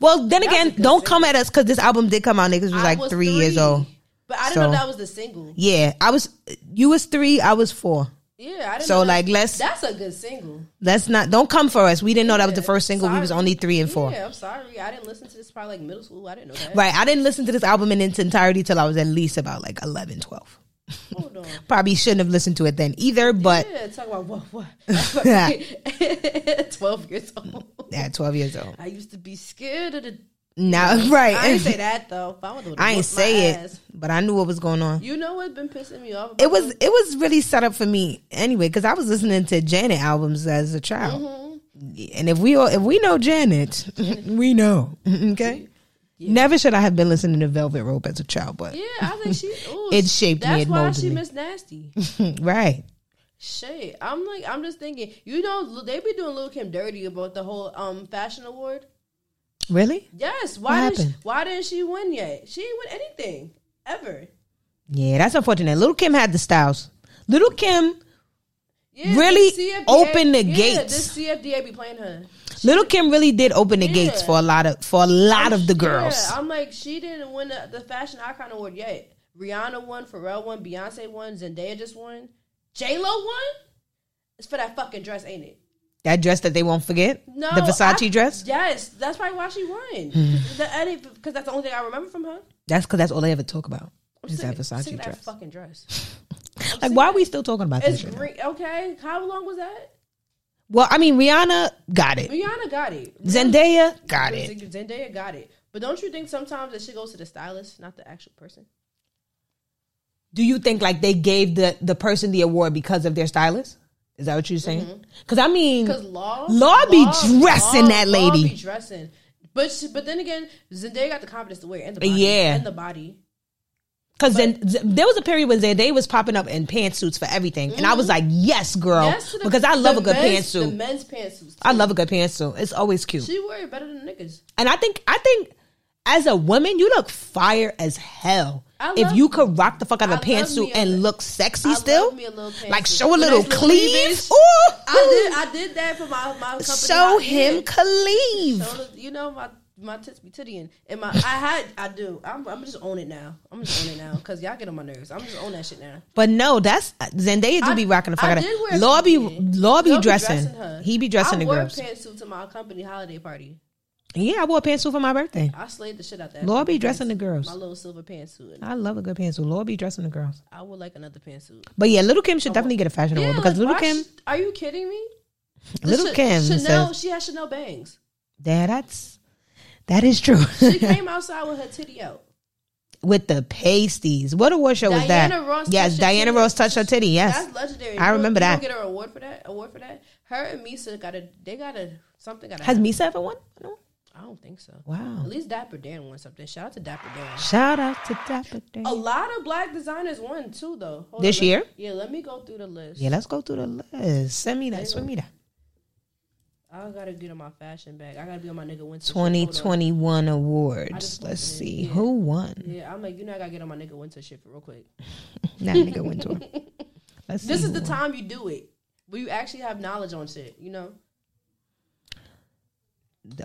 well, then was a again, good don't come at us because this album did come out. Niggas was I like was three, years old. But I didn't know So- that was the single. Yeah, I was. You was three. I was four. Yeah, I didn't. So know that- like, let's that's a good single. let's not. Don't come for us. We didn't know that was the Yeah, first single. We was sorry. only three and four. Yeah, I'm sorry. I didn't listen to this probably like middle school. I didn't know that. Right. I didn't listen to this album in its entirety till I was at least about like 11, 12. Hold on. Probably shouldn't have listened to it then either. But Yeah, talk about what what. Twelve years old. at twelve years old, I used to be scared of the. now right. I ain't say that though. If I, would've I whooped ain't my say it, ass. but I knew what was going on. You know what's been pissing me off? About It was it was really set up for me anyway because I was listening to Janet albums as a child, Mm-hmm. and if we all, if we know Janet, we know. Okay, never should I have been listening to Velvet Rope as a child, but Yeah, I think she. Ooh, It shaped me, That's it why molded she me. missed nasty. right, Shit, I'm like, I'm just thinking. You know, they be doing Lil Kim dirty about the whole um fashion award. really, Yes. Why? What didn't she, happened? why didn't she win yet? She didn't win anything ever. yeah, that's unfortunate. Little Kim had the styles. Little Kim, Yeah, Really this CFDA opened the yeah, gates. This CFDA be playing her. Little Kim really did open the gates Yeah. for a lot of for a lot of the girls. Yeah, I'm like, she didn't win the, the fashion icon award yet. Rihanna won, Pharrell won, Beyonce won, Zendaya just won, J Lo won. It's for that fucking dress, ain't it? That dress that they won't forget, No, the Versace I- dress. Hmm. Yes, that's probably why she won. Because that's the only thing I remember from her. That's because that's all they ever talk about. I'm Is sick that of- sick Versace of that dress? fucking dress. Like, why are we still talking about It's this? shit? green. Okay, how long was that? Well, I mean, Rihanna got it. Rihanna got it. Zendaya got it. Zendaya got it. But don't you think sometimes that shit goes to the stylist, not the actual person? Do you think like they gave the the person the award because of their stylist? Is that what you're saying? Mm-hmm. Because I mean, Because Law, Mm. Law be dressing that lady. Law be dressing, but she, but then again, Zendaya got the confidence to wear it and the body, Yeah. and the body. because then Z- there was a period when Zendaya was popping up in pantsuits for everything, and I was like, yes, girl, Mm-hmm. Yes, to the- because I love the a good men's- The pantsuit. men's pantsuits. I love a good pantsuit. It's always cute, She wore it better than niggas. and I think I think. As a woman, you look fire as hell. I if love- you could rock the fuck out I of a love pantsuit me a- and look sexy I love still, me a little like pantsuit. show a With little that little cleavage. cleavage. Ooh, I did. I did that for my my company. show house. him Yeah. Khalif. So, you know my my tits be tittying, and my I had I do. I'm I'm just on it now. I'm just on it now because y'all get on my nerves. I'm just on that shit now. But no, that's Zendaya do I- be rocking the fuck I out of. did wear Law be something. Law be Y'all dressing. her. he be dressing I the wore a girls. pantsuit to my company holiday party. yeah, I wore a pantsuit for my birthday. I slayed the shit out that. Law fucking be dressing the pantsuit. girls. My little silver pantsuit. I love a good pantsuit. Law be dressing the girls. I would like another pantsuit. But yeah, Little Kim should definitely get a fashion award because like, Little why Kim, sh- are you kidding me? The Little Ch- Kim Chanel, says, she has Chanel bangs. "Dad, that's that is true." She came outside with her titty out. With the pasties, what award show was that? Diana Ross yes, touched her Diana titty. Rose touched her titty. Yes, That's legendary. I You remember don't- you that. Don't get her an award for that. Award for that. Her and Misa got a. They got a something. Got a. has Misa ever won? No. I don't think so. Wow. At least Dapper Dan won something. Shout out to Dapper Dan. Shout out to Dapper Dan. A lot of black designers won too, though. Hold This on, let- year? yeah. Let me go through the list. Yeah, let's go through the list. Send me that. Send me that. I gotta get on my fashion bag. I gotta be on my nigga Winter. shit. Hold on. 2021 awards. just Let's looked at it. see Yeah. who won. Yeah, I'm like, you know, I gotta get on my nigga Winter shit real quick. That nigga went to him. This Let's see is who the won. time you do it, where you actually have knowledge on shit. You know.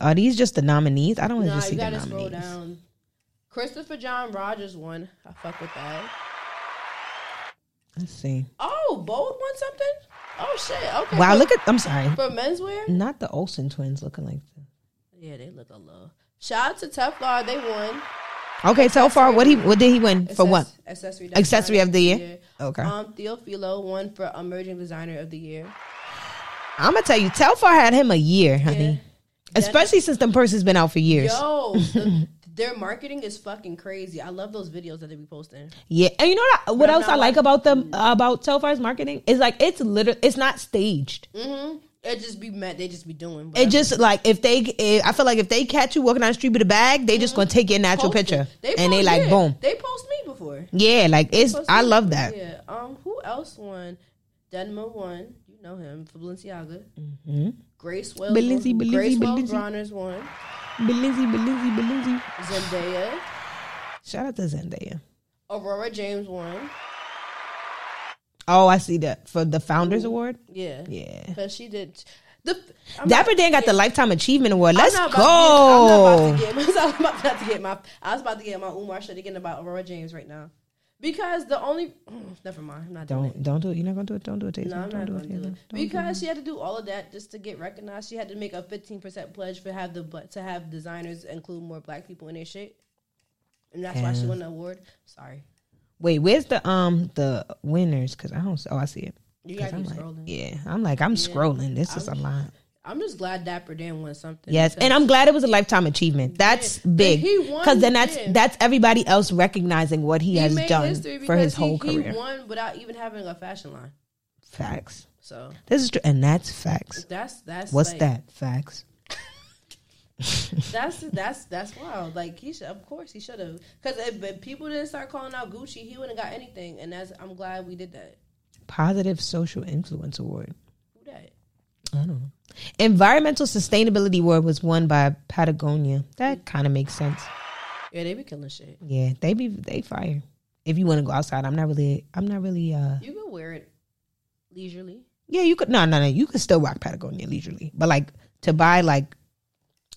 Are these just the nominees? I don't want to Nah, just see you the gotta scroll nominees. down. Christopher John Rogers won. I fuck with that. Let's see. Oh, Bold won something? Oh shit. Okay. Wow, for, look at. I'm sorry. for menswear? Not the Olsen twins looking like this. Yeah, they look a little. Shout out to Teflar, they won. Okay, so far, what he what did he win for Access- what? Accessory Accessory designer of the year? Okay. Um Theophilo won for Emerging Designer of the Year. I'm gonna tell you, Telfar had him a year, honey. Yeah. Especially since them purses been out for years. Yo, the- their marketing is fucking crazy. I love those videos that they be posting. Yeah, and you know what? I, what But else now, I like like- about them about Telfar's marketing is like it's literally it's not staged. Mm-hmm. It just be mad. They just be doing. It whatever. just like if they, eh, I feel like if they catch you walking down the street with a bag, they just gonna take your natural Post it. picture, post- and they like yeah, boom, They post me before. yeah, like it's. Plus, I he- love that. Yeah. Um. Who else won? Denma won. You know him for Balenciaga. Grace Wells. Balenci, won. Balenci, Grace Balenci. Wells Bronner's won. Belizzy, Belizzy, Belizzy. Zendaya. Shout out to Zendaya. Aurora James won. Oh, I see that for the Founders Award. Yeah. Yeah, Because she did. The I'm not- Dapper Dan got the Lifetime Achievement Award. I'm Let's not go. About to get, I'm not about to get. I was about to get my. I was about to get my Umar shit again about Aurora James right now, because the only. Never mind. I'm not doing it. Don't don't do it. You're not gonna do it. Don't do it. Tasia. No, I'm don't not do going to do it. it Tasia. Don't do it. because she had to do all of that just to get recognized. She had to make a 15 percent pledge for have the but to have designers include more black people in their shit, and that's why she Yeah. won the award. Sorry, Wait, where's the um the winners? Because I don't. s- Oh, I see it. you 'Cause gotta I'm keep like, scrolling. yeah, I'm like I'm scrolling. This is a I'm- lot. I'm just glad Dapper Dan won something. Yes, because and I'm glad it was a lifetime achievement. That's Yeah, big he won, because then that's yeah. that's everybody else recognizing what he, he has made done history for because his he, whole career. He won without even having a fashion line. Facts. So This is true, and that's facts. that's that's What's like- that? Facts. That's that's that's wild. Like he should, of course, he should have. Because if, if people didn't start calling out Gucci, he wouldn't got anything. And that's I'm glad we did that. Positive Social Influence Award. Who that? I don't know. Environmental Sustainability Award was won by Patagonia. That kind of makes sense. Yeah, they be killing shit. Yeah, they be they fire. If you want to go outside, I'm not really. I'm not really. uh You can wear it leisurely. Yeah, you could. No, no, no. You could still rock Patagonia leisurely, but like to buy like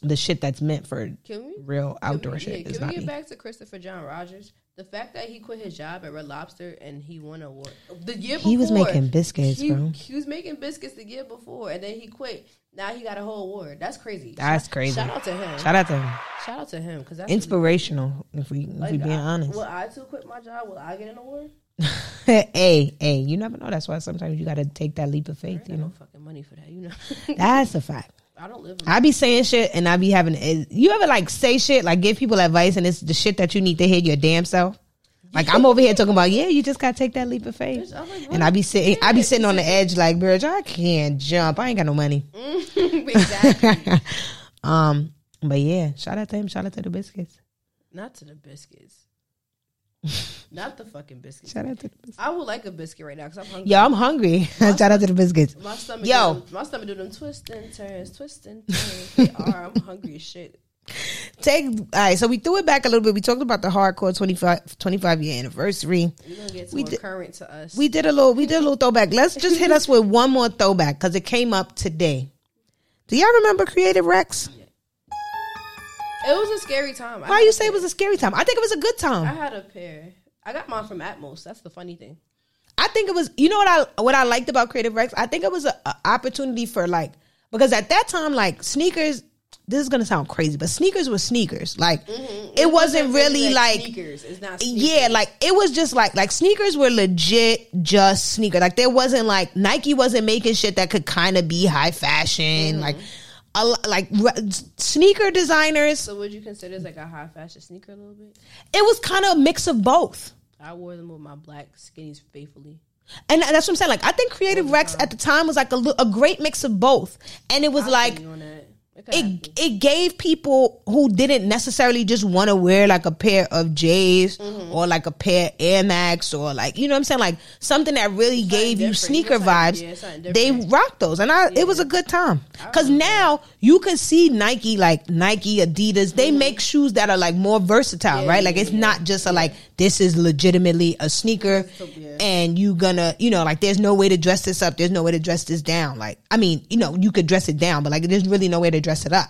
the shit that's meant for Can we? real can outdoor we, shit yeah, is Can not we get me. back to Christopher John Rogers? The fact that he quit his job at Red Lobster and he won an award the year before. He was making biscuits, he, bro. He was making biscuits the year before, and then he quit. Now he got a whole award. That's crazy. That's Shout- crazy. Shout out to him. Shout, Shout out to him. out to him because that's Inspirational, if we if we like, being I- honest. Will I too quit my job? Will I get an award? hey, hey, you never know. That's why sometimes you got to take that leap of I faith. You got no know, fucking money for that. You know, that's a fact. I don't live. In I be saying shit, and I be having. eh, You ever like say shit, like give people advice, and it's the shit that you need to hear your damn self. Like I'm over here talking about, yeah, you just gotta take that leap of faith. Bitch, I'm like, And I be sitting, I be Yeah, sitting on the it's- edge, like, bitch, I can't jump. I ain't got no money. exactly. um, but yeah, shout out to him. Shout out to the biscuits. Not to the biscuits. Not the fucking biscuits. Shout out to the biscuits. I would like a biscuit right now because I'm hungry. Yo, I'm hungry. shout out to the biscuits. My stomach, Yo. do them, my stomach do them twist and turns, twist and turns. They are. I'm hungry as shit. Take all right. So we threw it back a little bit. We talked about the hardcore 25, 25 year anniversary. We're gonna get We more did- current to us. We did a little. We did a little throwback. Let's just hit us with one more throwback because it came up today. Do y'all remember Creative Rex? It was a scary time. I Why had you a say pair. it was a scary time? I think it was a good I time. had a pair. I got mine from Atmos. That's the funny thing. I think it was. You know what I what I liked about Creative Rex? I think it was an opportunity for like because at that time like sneakers. This is gonna sound crazy, but sneakers were sneakers. Like Mm-hmm. it, wasn't, really like sneakers. It's not. Yeah, like it was just like like sneakers were legit just sneaker. Like there wasn't like Nike wasn't making shit that could kind of be high fashion. Like a, lo- like re- sneaker designers, So would you consider it's like a high fashion sneaker a little bit? it was kind of a mix of both. I wore them with my black skinnies faithfully. And that's what I'm saying. Like I think Creative Rex at the time was like a, li- a great mix of both. And it was I'll like feel you on that. Okay. it it gave people who didn't necessarily just want to wear like a pair of J's Mm-hmm. or like a pair of Air Max or like you know what I'm saying like something that really gave you different. sneaker It's like- vibes. yeah, it's something they different. rocked those, and I it was a good time because now you can see Nike like Nike, Adidas. They Mm-hmm. make shoes that are like more versatile, Yeah, right? Like yeah, it's not just a like this is legitimately a sneaker, Yeah. and you gonna you know like there's no way to dress this up there's no way to dress this down like i mean you know you could dress it down but like there's really no way to dress it up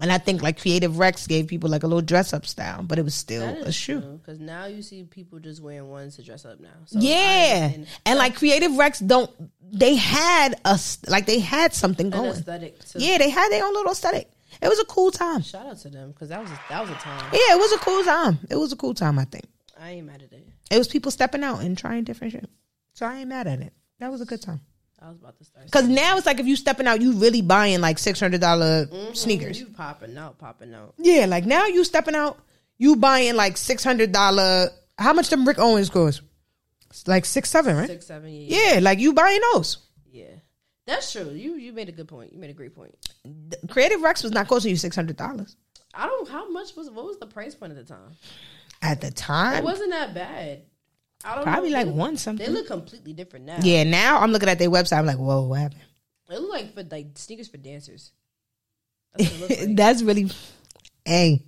and i think like creative rex gave people like a little dress up style but it was still a shoe Because now you see people just wearing ones to dress up now. So I yeah understand. and like creative rex don't they had us like they had something An going aesthetic. To, yeah they had their own little aesthetic it was a cool time Shout out to them because that was a, that was a time. yeah it was a cool time it was a cool time i think I ain't mad at it. it was people stepping out and trying different shit so i ain't mad at it that was a good time I was about to start. Because now it's like if you stepping out, you really buying like six hundred dollar sneakers. You popping out, popping out. Yeah, like now you stepping out, you buying like six hundred dollar. How much them Rick Owens goes? It's Like six seven, right? Six, seven, yeah, yeah. Yeah, like you buying those. yeah. That's true. You you made a good point. You made a great point. The Creative Rex was not costing you six hundred dollars I don't. How much was what was the price point at the time? at the It time. wasn't that bad. I don't Probably know. like They look- one They something. look completely different now. Yeah, now I'm looking at their website. I'm like, whoa, what happened? It look like for like sneakers for dancers. That's what it looked like. That's really, hey,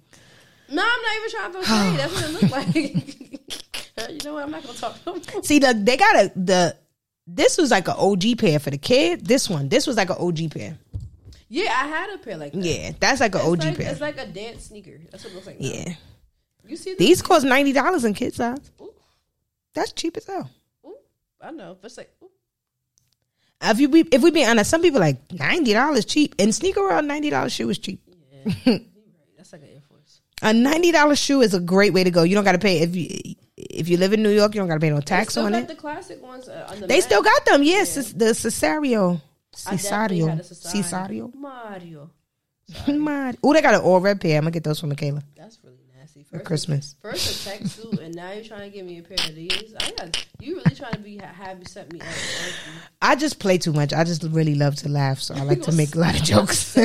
No, I'm not even trying to throw shade. That's what it looked like. you know what? I'm not gonna talk no more. See, the, they got a the. This was like an OG pair for the kid. This one, this was like an OG pair. Yeah, I had a pair like that. Yeah, that's like an It's OG like, pair. It's like a dance sneaker. That's what it looks like. now. Yeah. You see these? These cost ninety dollars in kid size. Ooh, That's cheap as hell. ooh, I know. But it's like, ooh, If you be, if we be honest, some people like ninety dollars cheap. In sneaker world, ninety dollars shoe is cheap. yeah. you right. That's like an Air Force. A ninety dollars shoe is a great way to go. You don't got to pay if you if you live in New York, you don't got to pay no They tax still on got it. the classic ones. Uh, on the they back. still got them. Yes, it's the Cesario, I definitely Cesario, had a Cesario. Mario. Oh, they got an all red pair. I'm gonna get those for Michaela That's really nasty. for First, Christmas. first a tech suit, and now you're trying to give me a pair of these. I got you. Really trying to be ha- have you set me up? aren't I just play too much. I just really love to laugh, so I like to gonna make a lot of jokes. You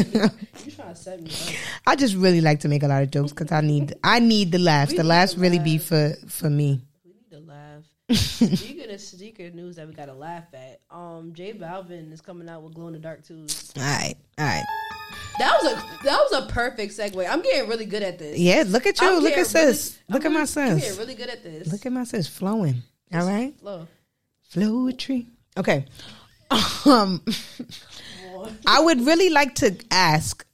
You trying to set me up? I just really like to make a lot of jokes because I need I need the laughs. We The need laughs the really be for for me. We need to laugh. Speaking of sneaker news that we gotta laugh at, um, J Balvin is coming out with glow in the dark twos. All right, all right. That was a that was a perfect segue. I'm getting really good at this. Yeah, look at you. I'm look getting at sis. really- look I'm at my really- I'm getting sis. really good at this. Look at my sis flowing. All right, Look. flowetry. Okay. Um, I would really like to ask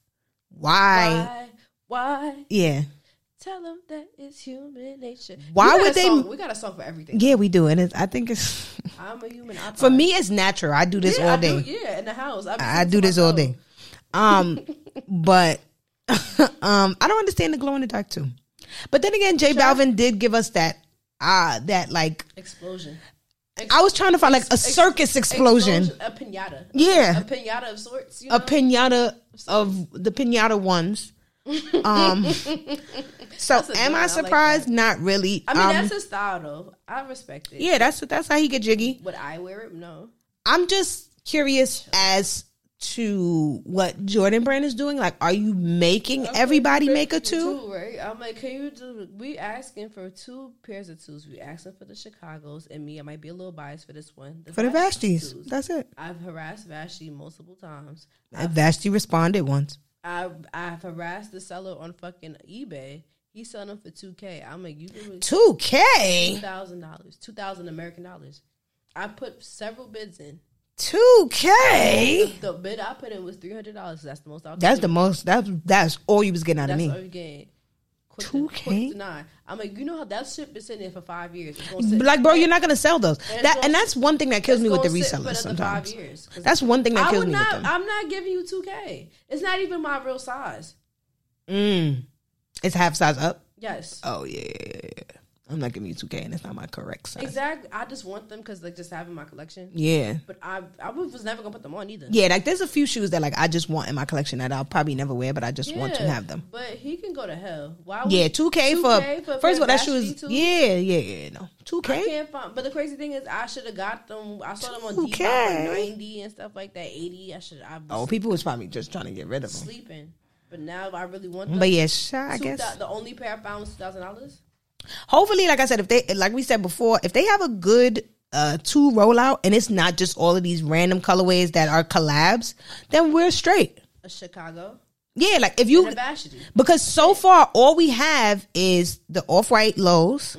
why. Why? Why? Yeah, Tell them that it's human nature. Why We got would a they- Song, we got a song for everything. yeah, we do, and it's, I think it's I'm a human. I for thought. me. It's natural. I do this yeah, all I day. Do, yeah, in the house. I, be I thinking do to this all myself, day. Um, but um, I don't understand the glow in the dark too. But then again, Jay Balvin did give us that uh that like Explosion. I was trying to find like a circus explosion. A pinata. Yeah. A pinata of sorts. You A know? pinata of the pinata ones. Um so a am good one. I I like surprised? Not really. I mean, um, that's his style, though. I respect it. yeah, that's that's how he get jiggy. Would I wear it? No. I'm just curious as to what Jordan Brand is doing. Like, are you making everybody make a two? Two, right? I'm like, can you do? We asking for two pairs of twos. We asking for the Chicago's and me. I might be a little biased for this one. For the Vashti's Vashtis. twos. That's it. I've harassed Vashti multiple times. Vashti responded once. I I've harassed the seller on fucking eBay. He's selling them for two k. I'm like, you give me 2K? thousand dollars, two thousand American dollars. I put several bids in. Two K. The bid I put in was three hundred dollars. That's the most. I That's the most. That's that's all you was getting out of That's me. all you get. Quick to- 2K? quick to nine. I'm like, you know how that shit been sitting there for five years. It's gonna sit- Like, bro, you're not gonna sell those. it's That gonna- and that's one thing that kills it's me with the gonna sit for resellers another sometimes. Five years. 'Cause That's one thing that I kills would me not. with them. I'm not giving you two K. It's not even my real size. Mm. It's half size up. Yes. Oh yeah, yeah, yeah, yeah. I'm not giving you two K, and it's not my correct size. Exactly. I just want them because like just having my collection. Yeah. But I I was never gonna put them on either. Yeah, like there's a few shoes that like I just want in my collection that I'll probably never wear, but I just want to Yeah, have them. But he can go to hell. Why? Yeah, would- two K 2K for, first of all that shoe is Versace, too? yeah, yeah, yeah, no two I K. can't find. But the crazy thing is, I should have got them. I saw them on Depop 2K. for ninety and stuff like that. Eighty. I should. I was Oh, people was probably just trying to get rid of them. sleeping. But now I really want them. But yeah, sh- I Two guess. thou- the only pair I found was two thousand dollars. Hopefully, like I said, if they like we said before, if they have a good uh two rollout and it's not just all of these random colorways that are collabs, then we're straight. A Chicago Yeah, like if and you a Varsity. Because so far, all we have is the off white lows.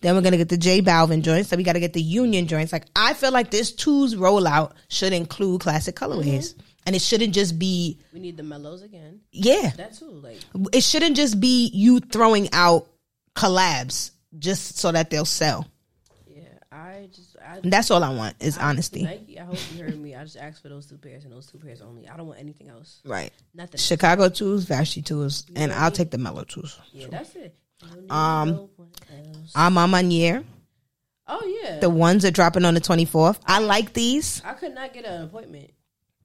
Then we're gonna get the J Balvin joints. So we gotta get the Union joints. Like I feel like this two's rollout should include classic colorways, and it shouldn't just be We need the Mellows again. yeah. That too. Like It shouldn't just be you throwing out collabs just so that they'll sell. yeah, I just I. That's all I want is I- honesty. Nike, I hope you heard me. I just asked for those two pairs and those two pairs only. I don't want anything else. Right. Nothing. Chicago twos, Vashi twos, and I'll take the mellow twos. Yeah, that's it. I don't need Um, no one else. I'm on Manier. Oh yeah. The ones are dropping on the 24th. I like these. I could not get an appointment.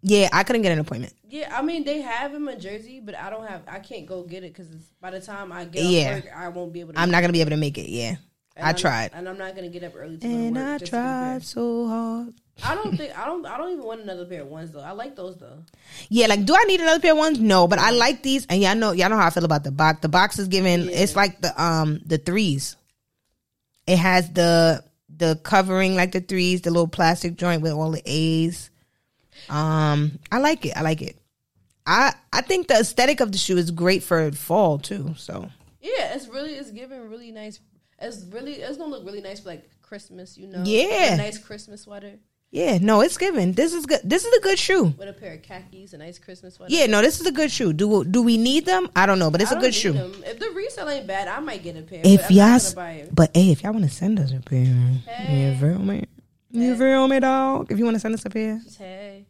Yeah, I couldn't get an appointment. Yeah, I mean they have him in Jersey, but I don't have. I can't go get it because by the time I get Yeah. yeah. work, I won't be able to. I'm not gonna be able to make it. Yeah, and I I'm- tried. and I'm not gonna get up early to go to And work. I just to be tried so hard. fair. I don't think I don't. I don't even want another pair of ones though. I like those though. Yeah, like do I need another pair of ones? No, but I like these, and y'all know y'all know how I feel about the box. The box is given. It's like the um the threes. It has the the covering like the threes, the little plastic joint with all the A's. Um, I like it. I like it. I I think the aesthetic of the shoe is great for fall too. So Yeah, it's really it's giving really nice. It's really it's gonna look really nice for like Christmas, you know. Yeah. a nice Christmas sweater yeah, no, it's given. This is good. This is a good shoe. with a pair of khakis, a nice Christmas sweater. Yeah, no, this is a good shoe. Do do we need them? I don't know, but it's I a don't good need shoe. them. If the resale ain't bad, I might get a pair. If but I'm y'all, not s- gonna buy it. but hey, if y'all want to send us a pair, you Hey. feel me? You feel me, dog? If you want to send us a pair, Hey,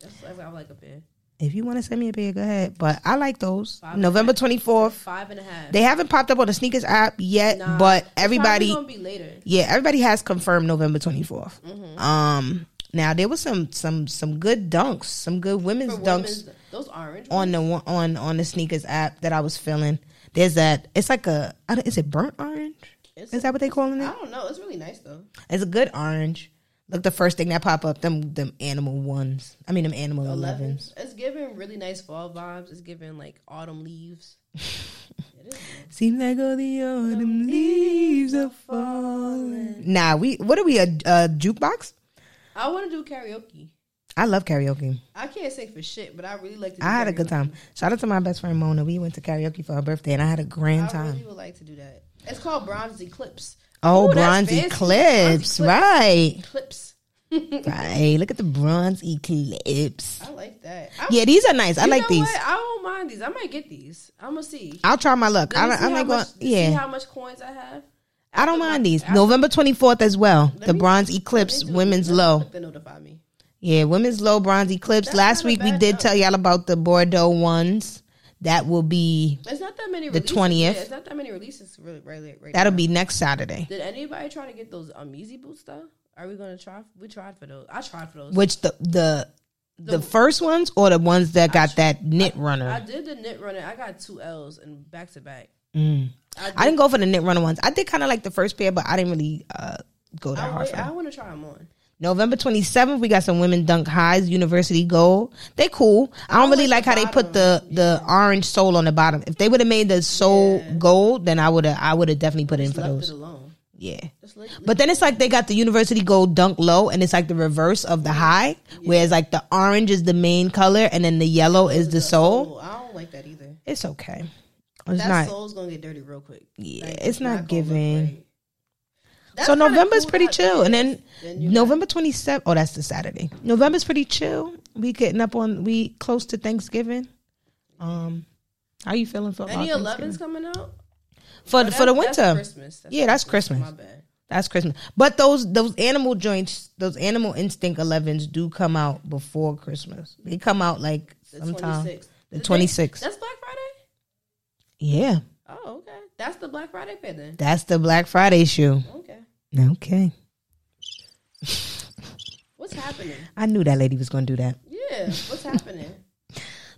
that's I would like a pair. if you want to send me a pair, go ahead. But I like those. Five November twenty fourth. Five and a half. They haven't popped up on the sneakers app yet, Nah. but It's everybody, probably gonna be later. yeah, everybody has confirmed November twenty Mm-hmm. Um, now there was some some some good dunks, some good women's For dunks women's- those orange ones. on the one- on on the sneakers app that I was feeling. There's that. It's like a. I don't- Is it burnt orange? It's- Is that what they calling it? I don't know. It's really nice though. It's a good orange. Look, the first thing that pop up them them animal ones. I mean them animal elevens. Elevens. It's giving really nice fall vibes. It's giving like autumn leaves. it is. Seems like all the autumn leaves are falling. Nah, we what are we a, a jukebox? I want to do karaoke. I love karaoke. I can't say for shit, but I really like to. Do I had a good karaoke. time. Shout out to my best friend Mona. We went to karaoke for her birthday, and I had a grand I time. Oh, really would like to do that. It's called Bronze Eclipse. Oh, Ooh, that's bronze fancy. eclipse, Bronze right? Eclipse. Right. Look at the bronze eclipse. I like that. I, Yeah, these are nice. I you like know these. What? I don't mind these. I might get these. I'm gonna see. I'll try my luck. Let I me don't, see I'm how not going. much- Yeah. See how much coins I have. I don't After my- mind these. after- November 24th as well. Let The me- Bronze Eclipse, They do- Women's they Low. They notify me. Yeah, Women's Low, Bronze Eclipse. That's Last not a week we bad did note. tell y'all about the Bordeaux ones. That will be, It's not that many. The releases. 20th. Yeah, it's not that many releases. Really, right, right. that'll be next Saturday. Did anybody try to get those um easy boots though? Are we gonna try? We tried for those. I tried for those. Which the, the, the first ones or the ones that got that knit I runner? did the knit runner. I got two L's and back to back. Mm. I did. I didn't go for the knit runner ones. I did kind of like the first pair, but I didn't really uh, go that I, hard wait, for I them. want to try them on. November 27th, we got some women dunk highs, University Gold. They cool. I don't don't really like like how the they put the the orange sole on the bottom. If they would have made the sole gold, then I would have I would have definitely put in for Left those. it alone. Yeah. Just like, But then it's like they got the University Gold dunk low and it's like the reverse of the high, whereas like the orange is the main color and then the yellow is the sole. oh, I don't like that either. It's okay. It's that not soul's gonna get dirty real quick. Yeah, Like, it's not gonna look giving. right. That's so kinda November's cool pretty that chill, and then Then you got- November twenty seventh. Oh, that's the Saturday. November's pretty chill. We getting up on we close to Thanksgiving. Um, how you feeling for about Any Thanksgiving? elevens coming out for Oh, for the that- winter? that's Christmas. That's yeah, that's Christmas. My bad. That's Christmas. But those those animal joints, those animal instinct 11s do come out before Christmas. They come out like The sometime 26th. the Did they- 26th. That's Black Friday. yeah, Oh, okay. That's the Black Friday pin then. that's the Black Friday shoe. Okay. Okay. What's happening? I knew that lady was going to do that. Yeah. What's happening?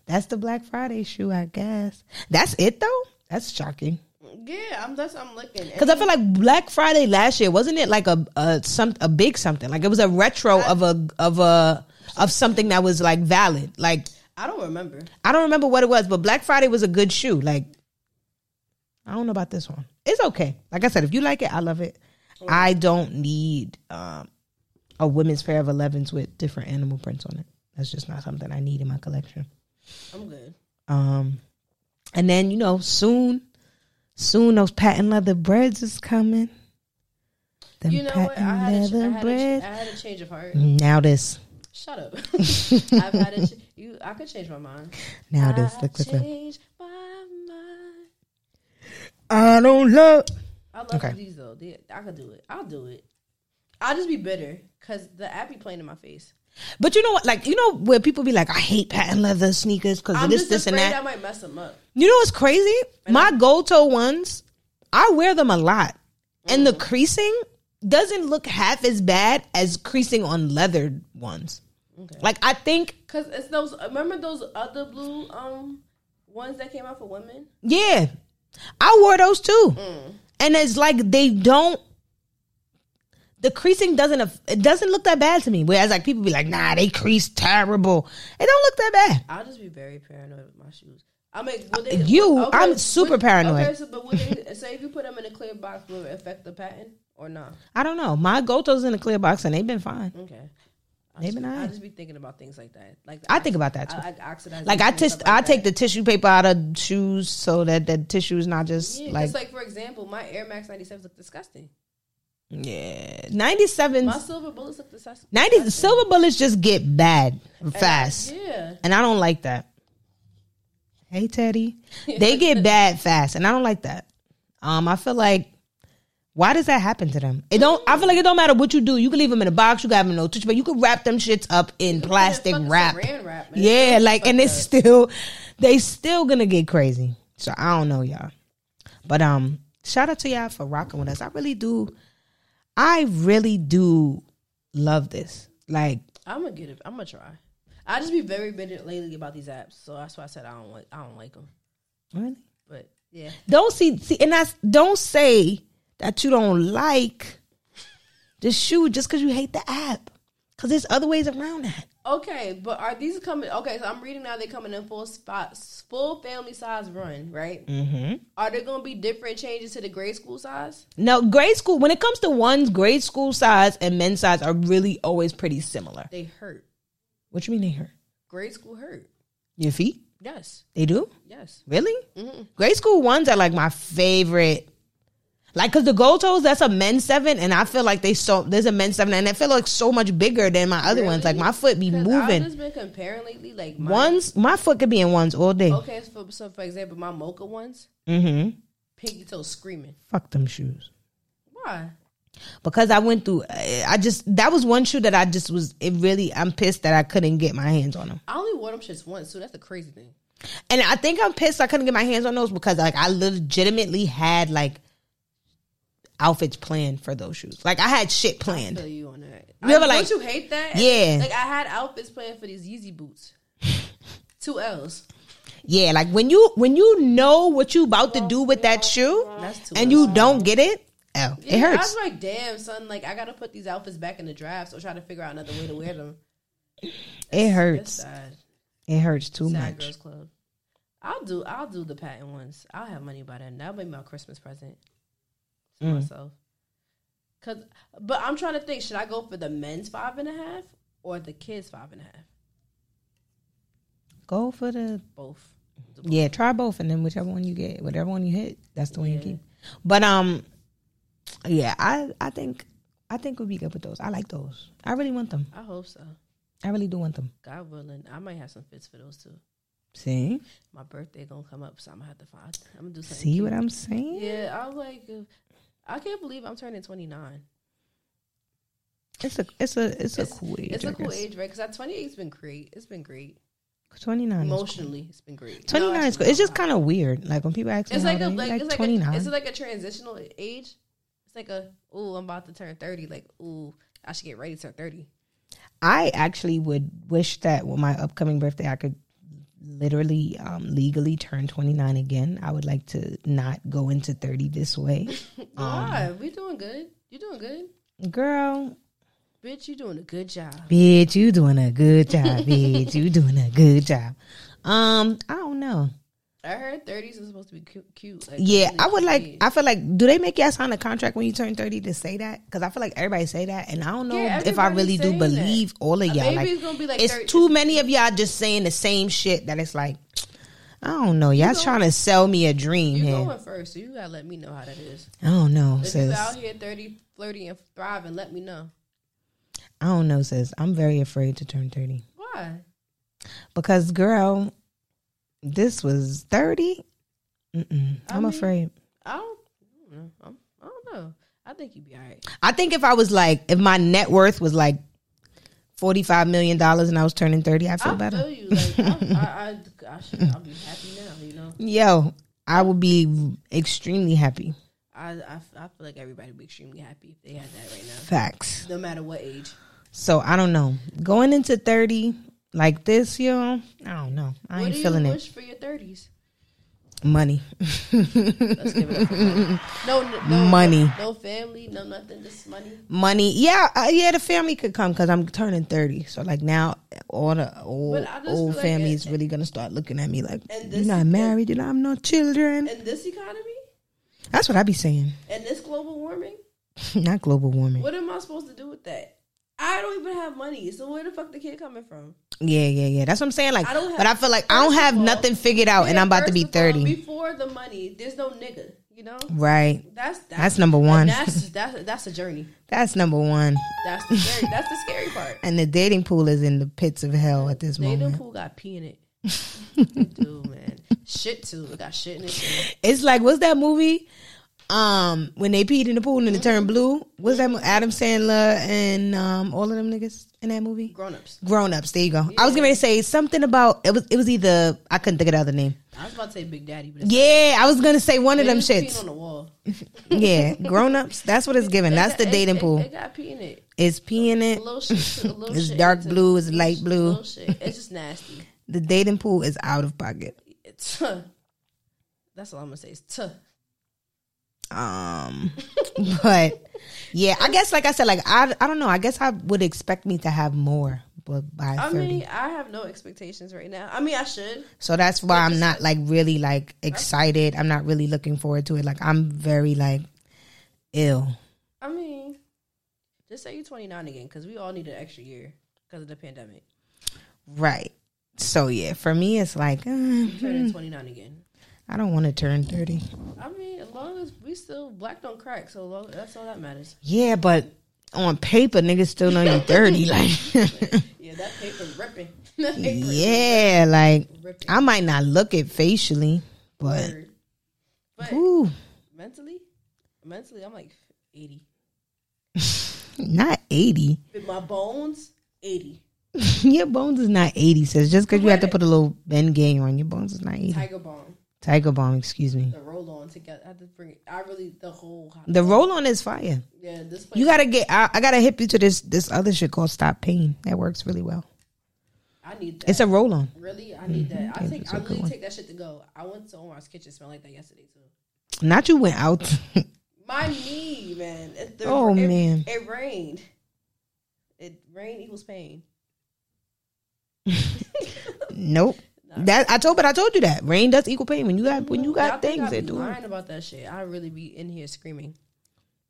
That's the Black Friday shoe, I guess. That's it though? That's shocking. Yeah, I'm. That's I'm looking. Cuz I feel like Black Friday last year wasn't it like a a some a big something. Like it was a retro of a of a of something that was like valid. Like I don't remember. I don't remember what it was, but Black Friday was a good shoe. Like, I don't know about this one. It's okay. Like I said, if you like it, I love it. I don't need um, a women's pair of 11s with different animal prints on it. That's just not something I need in my collection. I'm good. Um, and then you know, soon, soon those patent leather breads is coming. Them You know what? I had, a, ch- I, had a, ch- I had a change of heart. Now this, Shut up. I've had a ch- you. I could change my mind. now I this. Look, look, look. changed my mind. I don't love. I love Okay. these though. They- I could do it. I'll do it. I'll just be bitter because the app be playing in my face. But you know what? Like you know where people be like, I hate patent leather sneakers because of I'm this, just this, and afraid that. I might mess them up. you know what's crazy? My gold toe ones, I wear them a lot, and the Mm. creasing doesn't look half as bad as creasing on leather ones. Like I think, Cause it's those. Remember those other blue um ones that came out for women? yeah, I wore those too, and it's like they don't. The creasing doesn't af- it doesn't look that bad to me. Whereas like people be like, nah, they crease terrible. It don't look that bad. I'll just be very paranoid with my shoes. I mean, will they, You, I'm super would- paranoid. Okay, so but would they, so if you put them in a clear box, will it affect the pattern or not? I don't know. My Goto's in a clear box and they've been fine. Okay. I They've just, been I alright. just be thinking about things like that. Like the I think about that oxi- too. I, like oxidized. Like I just I take the tissue paper out of shoes so that the tissue is not just Yeah, like, like, like for example, my Air Max 97s look disgusting. yeah. 97 My silver bullets look disgusting. 90 silver bullets just get bad fast. Yeah. And I don't like that. Hey Teddy. They get bad fast and I don't like that. Um I feel like why does that happen to them? It don't I feel like it don't matter what you do. You can leave them in a box, you can have them in a tissue paper, you can wrap them shits up in plastic Fucking wrap. Saran wrap man. Yeah, like and it's still they still gonna get crazy. So I don't know, y'all. But um shout out to y'all for rocking with us. I really do I really do love this. Like I'm gonna get it. I'm gonna try. I just be very bitter lately about these apps, so that's why I said I don't like. I don't like them. really? But yeah, Don't see see and that's don't say that you don't like the shoe just because you hate the app. Cause there's other ways around that. Okay, but are these coming? Okay, so I'm reading now they're coming in full spots, full family size run, right? Mm-hmm. Are there going to be different changes to the grade school size? Now grade school when it comes to ones, grade school size and men's size are really always pretty similar. They hurt. What you mean they hurt? Grade school hurt. Your feet? Yes, They do? yes. Really? Grade school ones are like my favorite. Like, cause the gold toes, that's a men's seven, and I feel like they so there's a men's seven, and I feel like so much bigger than my other ones. Like my foot be 'Cause I've moving. just been comparing lately, like my, Ones, my foot could be in ones all day. Okay, so for, so for example, my mocha ones, hmm pinky toe screaming. Fuck them shoes. Why? Because I went through, I I just that was one shoe that I just was. It really, I'm pissed that I couldn't get my hands on them, I only wore them shits once, so that's the crazy thing. and I think I'm pissed I couldn't get my hands on those because like I legitimately had like outfits planned for those shoes. Like I had shit planned. Tell you on that. You ever, I, like- don't you hate that? Yeah. Like I had outfits planned for these Yeezy boots, two L's. Yeah, like when you when you know what you about to do with that shoe That's two L's. and you don't get it, oh, Yeah, it I was hurts. like, damn, son, like I gotta put these outfits back in the drafts or try to figure out another way to wear them. It That's hurts. sad. It hurts too Sad much. girls club. I'll do I'll do the patent ones. I'll have money by then. That'll be my Christmas present to Mm. myself. Cause but I'm trying to think, should I go for the men's five and a half or the kids five and a half? Go for the Both. The- yeah. Try both, and then whichever one you get, whatever one you hit, that's the one you keep. But um, Yeah, I I think I think we'll be good with those. I like those. I really want them. I hope so. I really do want them. God willing, I might have some fits for those too. See, My birthday gonna come up, so I'm gonna have to find. I'm gonna do something. see what I'm saying? Yeah, I was like, uh, I can't believe I'm turning 29. It's a it's a it's, a cool age. It's a cool age, right? Because 28's been great. It's been great. Twenty nine. Emotionally, it's been great. Twenty No, nine is actually, cool. It's just kind of weird. Like when people ask me, It's how like a old are you, like, like, it's like twenty a, nine. it's like a transitional age. It's like a ooh, I'm about to turn 30. Like ooh, I should get ready to turn 30. I actually would wish that with my upcoming birthday, I could literally um, legally turn 29 again. I would like to not go into 30 this way. Why? we doing good. You doing good, Girl, bitch. You doing a good job. bitch, you doing a good job, bitch. You doing a good job. Um, I don't know. I heard 30s is supposed to be cute. cute like, Yeah, really I would cute like. age. I feel like. Do they make y'all sign a contract when you turn thirty to say that? Because I feel like everybody say that, and I don't know Yeah, if I everybody's really do saying that. believe all of y'all. Maybe Like, it's gonna be like it's 30 too many of y'all just saying the same shit that it's like. I don't know. Y'all trying to sell me a dream You here. going first, so you gotta let me know how that is. I don't know, If you sis. out here 30, flirty, and thriving, let me know. I don't know, sis. I'm very afraid to turn thirty Why? because, girl, this was thirty. Mm-mm. I'm mean- afraid. I don't, I don't know. I'm, I don't know. I think you'd be all right. I think if I was like, if my net worth was like forty five million dollars and I was turning thirty, I feel I better. feel you. Like, I, I, I, I should, I'll be happy now, you know? Yo, I would be extremely happy. I, I, I feel like everybody would be extremely happy if they had that right now, Facts. no matter what age. So I don't know. Going into thirty like this, yo, I don't know. I what ain't do feeling you it. wish for your 30s? Money. Let's give it up. for money. No, no, no, Money. No family, no nothing, just money. Money. Yeah, uh, yeah. The family could come because I'm turning thirty. So like now, all the old, But I just feel old like family it- is really gonna start looking at me like And you're this- not married, you don't have no children. In this economy? That's what I be saying. And this global warming? not global warming. What am I supposed to do with that? I don't even have money, so where the fuck the kid coming from? Yeah, yeah, yeah. That's what I'm saying. Like, I don't have- but I feel like I don't first of have all- nothing figured out, and I'm about to First be of all, thirty. before the money, there's no nigga, you know. right. That's that's, That's number one. That's that's that's a journey. That's number one. That's the scary. that's the scary part. And the dating pool is in the pits of hell at this Dating moment. pool got pee in it. It do man, shit too. It got shit in it. too. It's like, what's that movie? Um, when they peed in the pool and it turned blue. What's that? mo- Adam Sandler and um, all of them niggas in that movie. Grown ups. Grown ups. There you go. I was getting ready to say something about it was. It was either I couldn't think of the other name. I was about to say Big Daddy, but it's Yeah, I was gonna say one it of them was peeing shits. on the wall. Yeah, grown ups. That's what it's giving. It That's got- the it- dating it- pool. It got pee in it. It's peeing it. A little shit. too, A little It's shit dark too. blue, it's light blue. Little shit. It's just nasty. The dating pool is out of pocket. It's, that's all I'm gonna say. Is tuh. Um, but yeah, I guess like I said, like I, I don't know. I guess I would expect me to have more, but by I thirty, mean, I have no expectations right now. I mean, I should. so that's why I'm not like really like excited. I'm not really looking forward to it. Like I'm very like ill. I mean, just say you're 29 again because we all need an extra year because of the pandemic. Right. So yeah, for me it's like uh, You turning 29 again. I don't want to turn thirty. I mean, as long as we still black don't crack, so long, that's all that matters. Yeah, but on paper, niggas still know you thirty. Like Yeah, that paper ripping. yeah, like ripping. I might not look it facially, but Word. But ooh, mentally, mentally, I'm like 80. not eighty. With my bones, 80. your bones is not eighty, sis. Just because you have to put a little bend game on your bones is not eighty. Tiger bomb, Tiger bomb, excuse me. the roll on together. I had to bring it. I really, the whole. The roll on is fire. Yeah, this place. You gotta get. I, I gotta hip you to this this other shit called stop pain. That works really well. I need that. It's a roll on. Really, I need that. I Mm-hmm. it's take. a I good really one. take that shit to go. I went to Omar's kitchen, smelled like that yesterday too. Not you went out. My knee, man. It, the, Oh, it- man. it rained. It rain equals pain. nope. That I told, but I told you that rain does equal pain when you got when you Y'all got think things I that be do. it. lying about that shit. I really be in here screaming.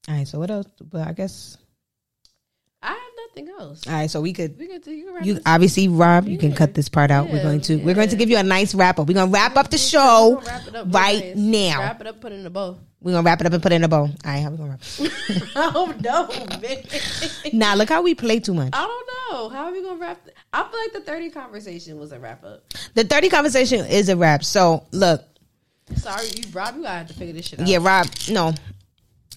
All right. So what else? But I guess. I have nothing else. All right. So we could We could. You can wrap You this up. obviously, Rob, you can cut this part out. we're Yeah, going to we're going to give you a nice wrap up. We're going to wrap up the We're show gonna wrap it up real right nice. now. Wrap it up. Put it in a bow. We're gonna wrap it up and put it in a bow. All right, how we gonna wrap it? I don't know, man. Nah, look how we play too much. I don't know. How are we gonna wrap? th- I feel like the thirty conversation was a wrap up. The 30 conversation is a wrap. So look, Sorry, you Rob, you gotta have to figure this shit out. yeah, Rob, no.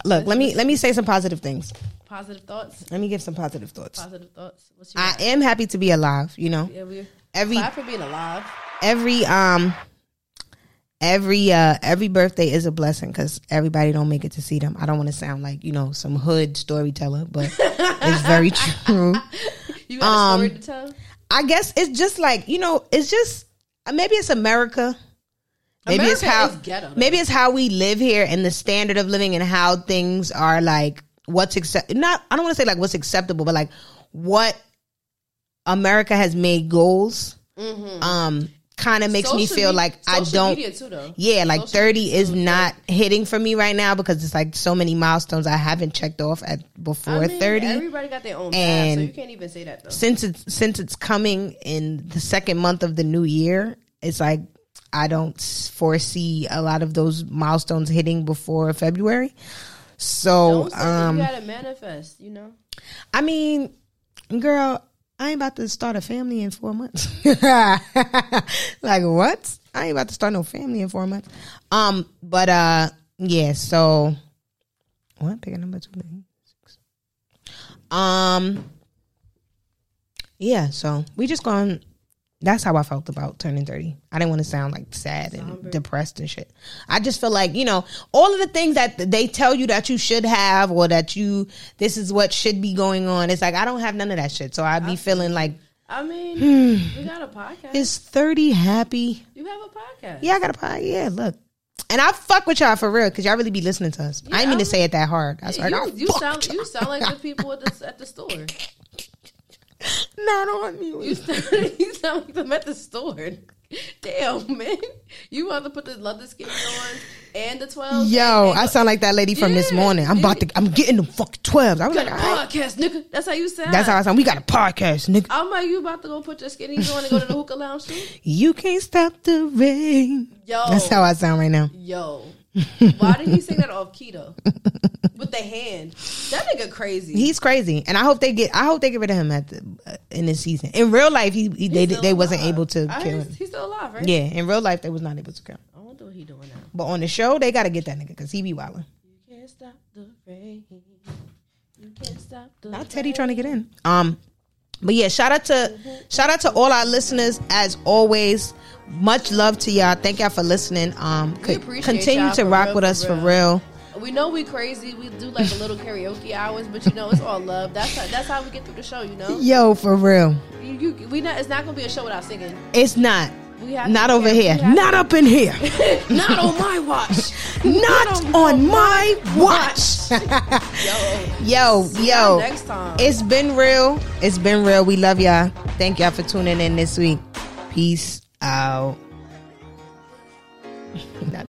Look, let me let me say some positive things. Positive thoughts. Let me give some positive thoughts. Positive thoughts. What's your? I am happy to be alive, you know. yeah, we Every- clap for being alive. every um every uh every birthday is a blessing because everybody don't make it to see them i don't want to sound like you know some hood storyteller but it's very true You got a Um, story to tell. i guess it's just like you know it's just uh, maybe it's america maybe it's America how is ghetto, though. maybe it's how we live here and the standard of living and how things are like what's accept not i don't want to say like what's acceptable but like what america has made goals um kind of makes Mm-hmm. me Social feel me- like i social don't media too, though. yeah, like Social 30 is not hitting for me right now because it's like so many milestones I haven't checked off at before I mean, 30. Everybody got their own path, so and- you can't even say that though. since it's since it's coming in the second month of the new year, it's like I don't s- foresee a lot of those milestones hitting before February. So, Don't say that um you gotta manifest. You know. I mean, girl, I ain't about to start a family in four months. like what? I ain't about to start no family in four months. Um, but uh, yeah. So what? Pick a number two. nine, six. Um, yeah. So we just going. That's how I felt about turning thirty. I didn't want to sound like sad and depressed and shit. I just feel like you know all of the things that they tell you that you should have or that you this is what should be going on. It's like I don't have none of that shit, so I'd be feeling like I mean, we got a podcast. is thirty happy? you have a podcast. Yeah, I got a pod. Yeah, look. And I fuck with y'all for real because y'all really be listening to us. I didn't mean to I'm- say it that hard. I swear. You, You, you sound you sound like the people at the, at the store. no, I don't want me. You sound, you sound like them at the store. Damn man, you want to put the leather skinny on and the twelve? Yo, I sound like that lady from this Yeah, morning. I'm about to. I'm getting the fucking twelves. I was got like, a all right. podcast, nigga. That's how you sound. that's how I sound. We got a podcast, nigga. I'm like, you about to go put your skinnies on and go to the hookah lounge too? You can't stop the rain. Yo, That's how I sound right now. yo. Why did he sing that off keto with the hand? That nigga crazy. He's crazy, and I hope they get. I hope they get rid of him at the uh, in this season. In real life, he, he they still they wasn't alive. able to I kill heard him. He's still alive, right? Yeah, in real life, they was not able to kill him. I wonder what he doing now. But on the show, they got to get that nigga because he be wilding. You can't stop the rain. You can't stop the Not Teddy trying to get in. Um, but yeah, shout out to shout out to all our listeners as always. Much love to y'all. Thank y'all for listening. Um, We co- appreciate continue y'all to for rock real, with for us for real. real. We know we crazy. We do like a little karaoke hours, but you know it's all love. That's how, that's how we get through the show. You know, Yo, for real. you, you, we not. It's not gonna be a show without singing. It's not. We have Not to- over we here. have Not up in here. to- not on my watch. Not on my watch. Yo, yo, Yo. yo. next time. It's been real. It's been real. We love y'all. Thank y'all for tuning in this week. Peace out. Not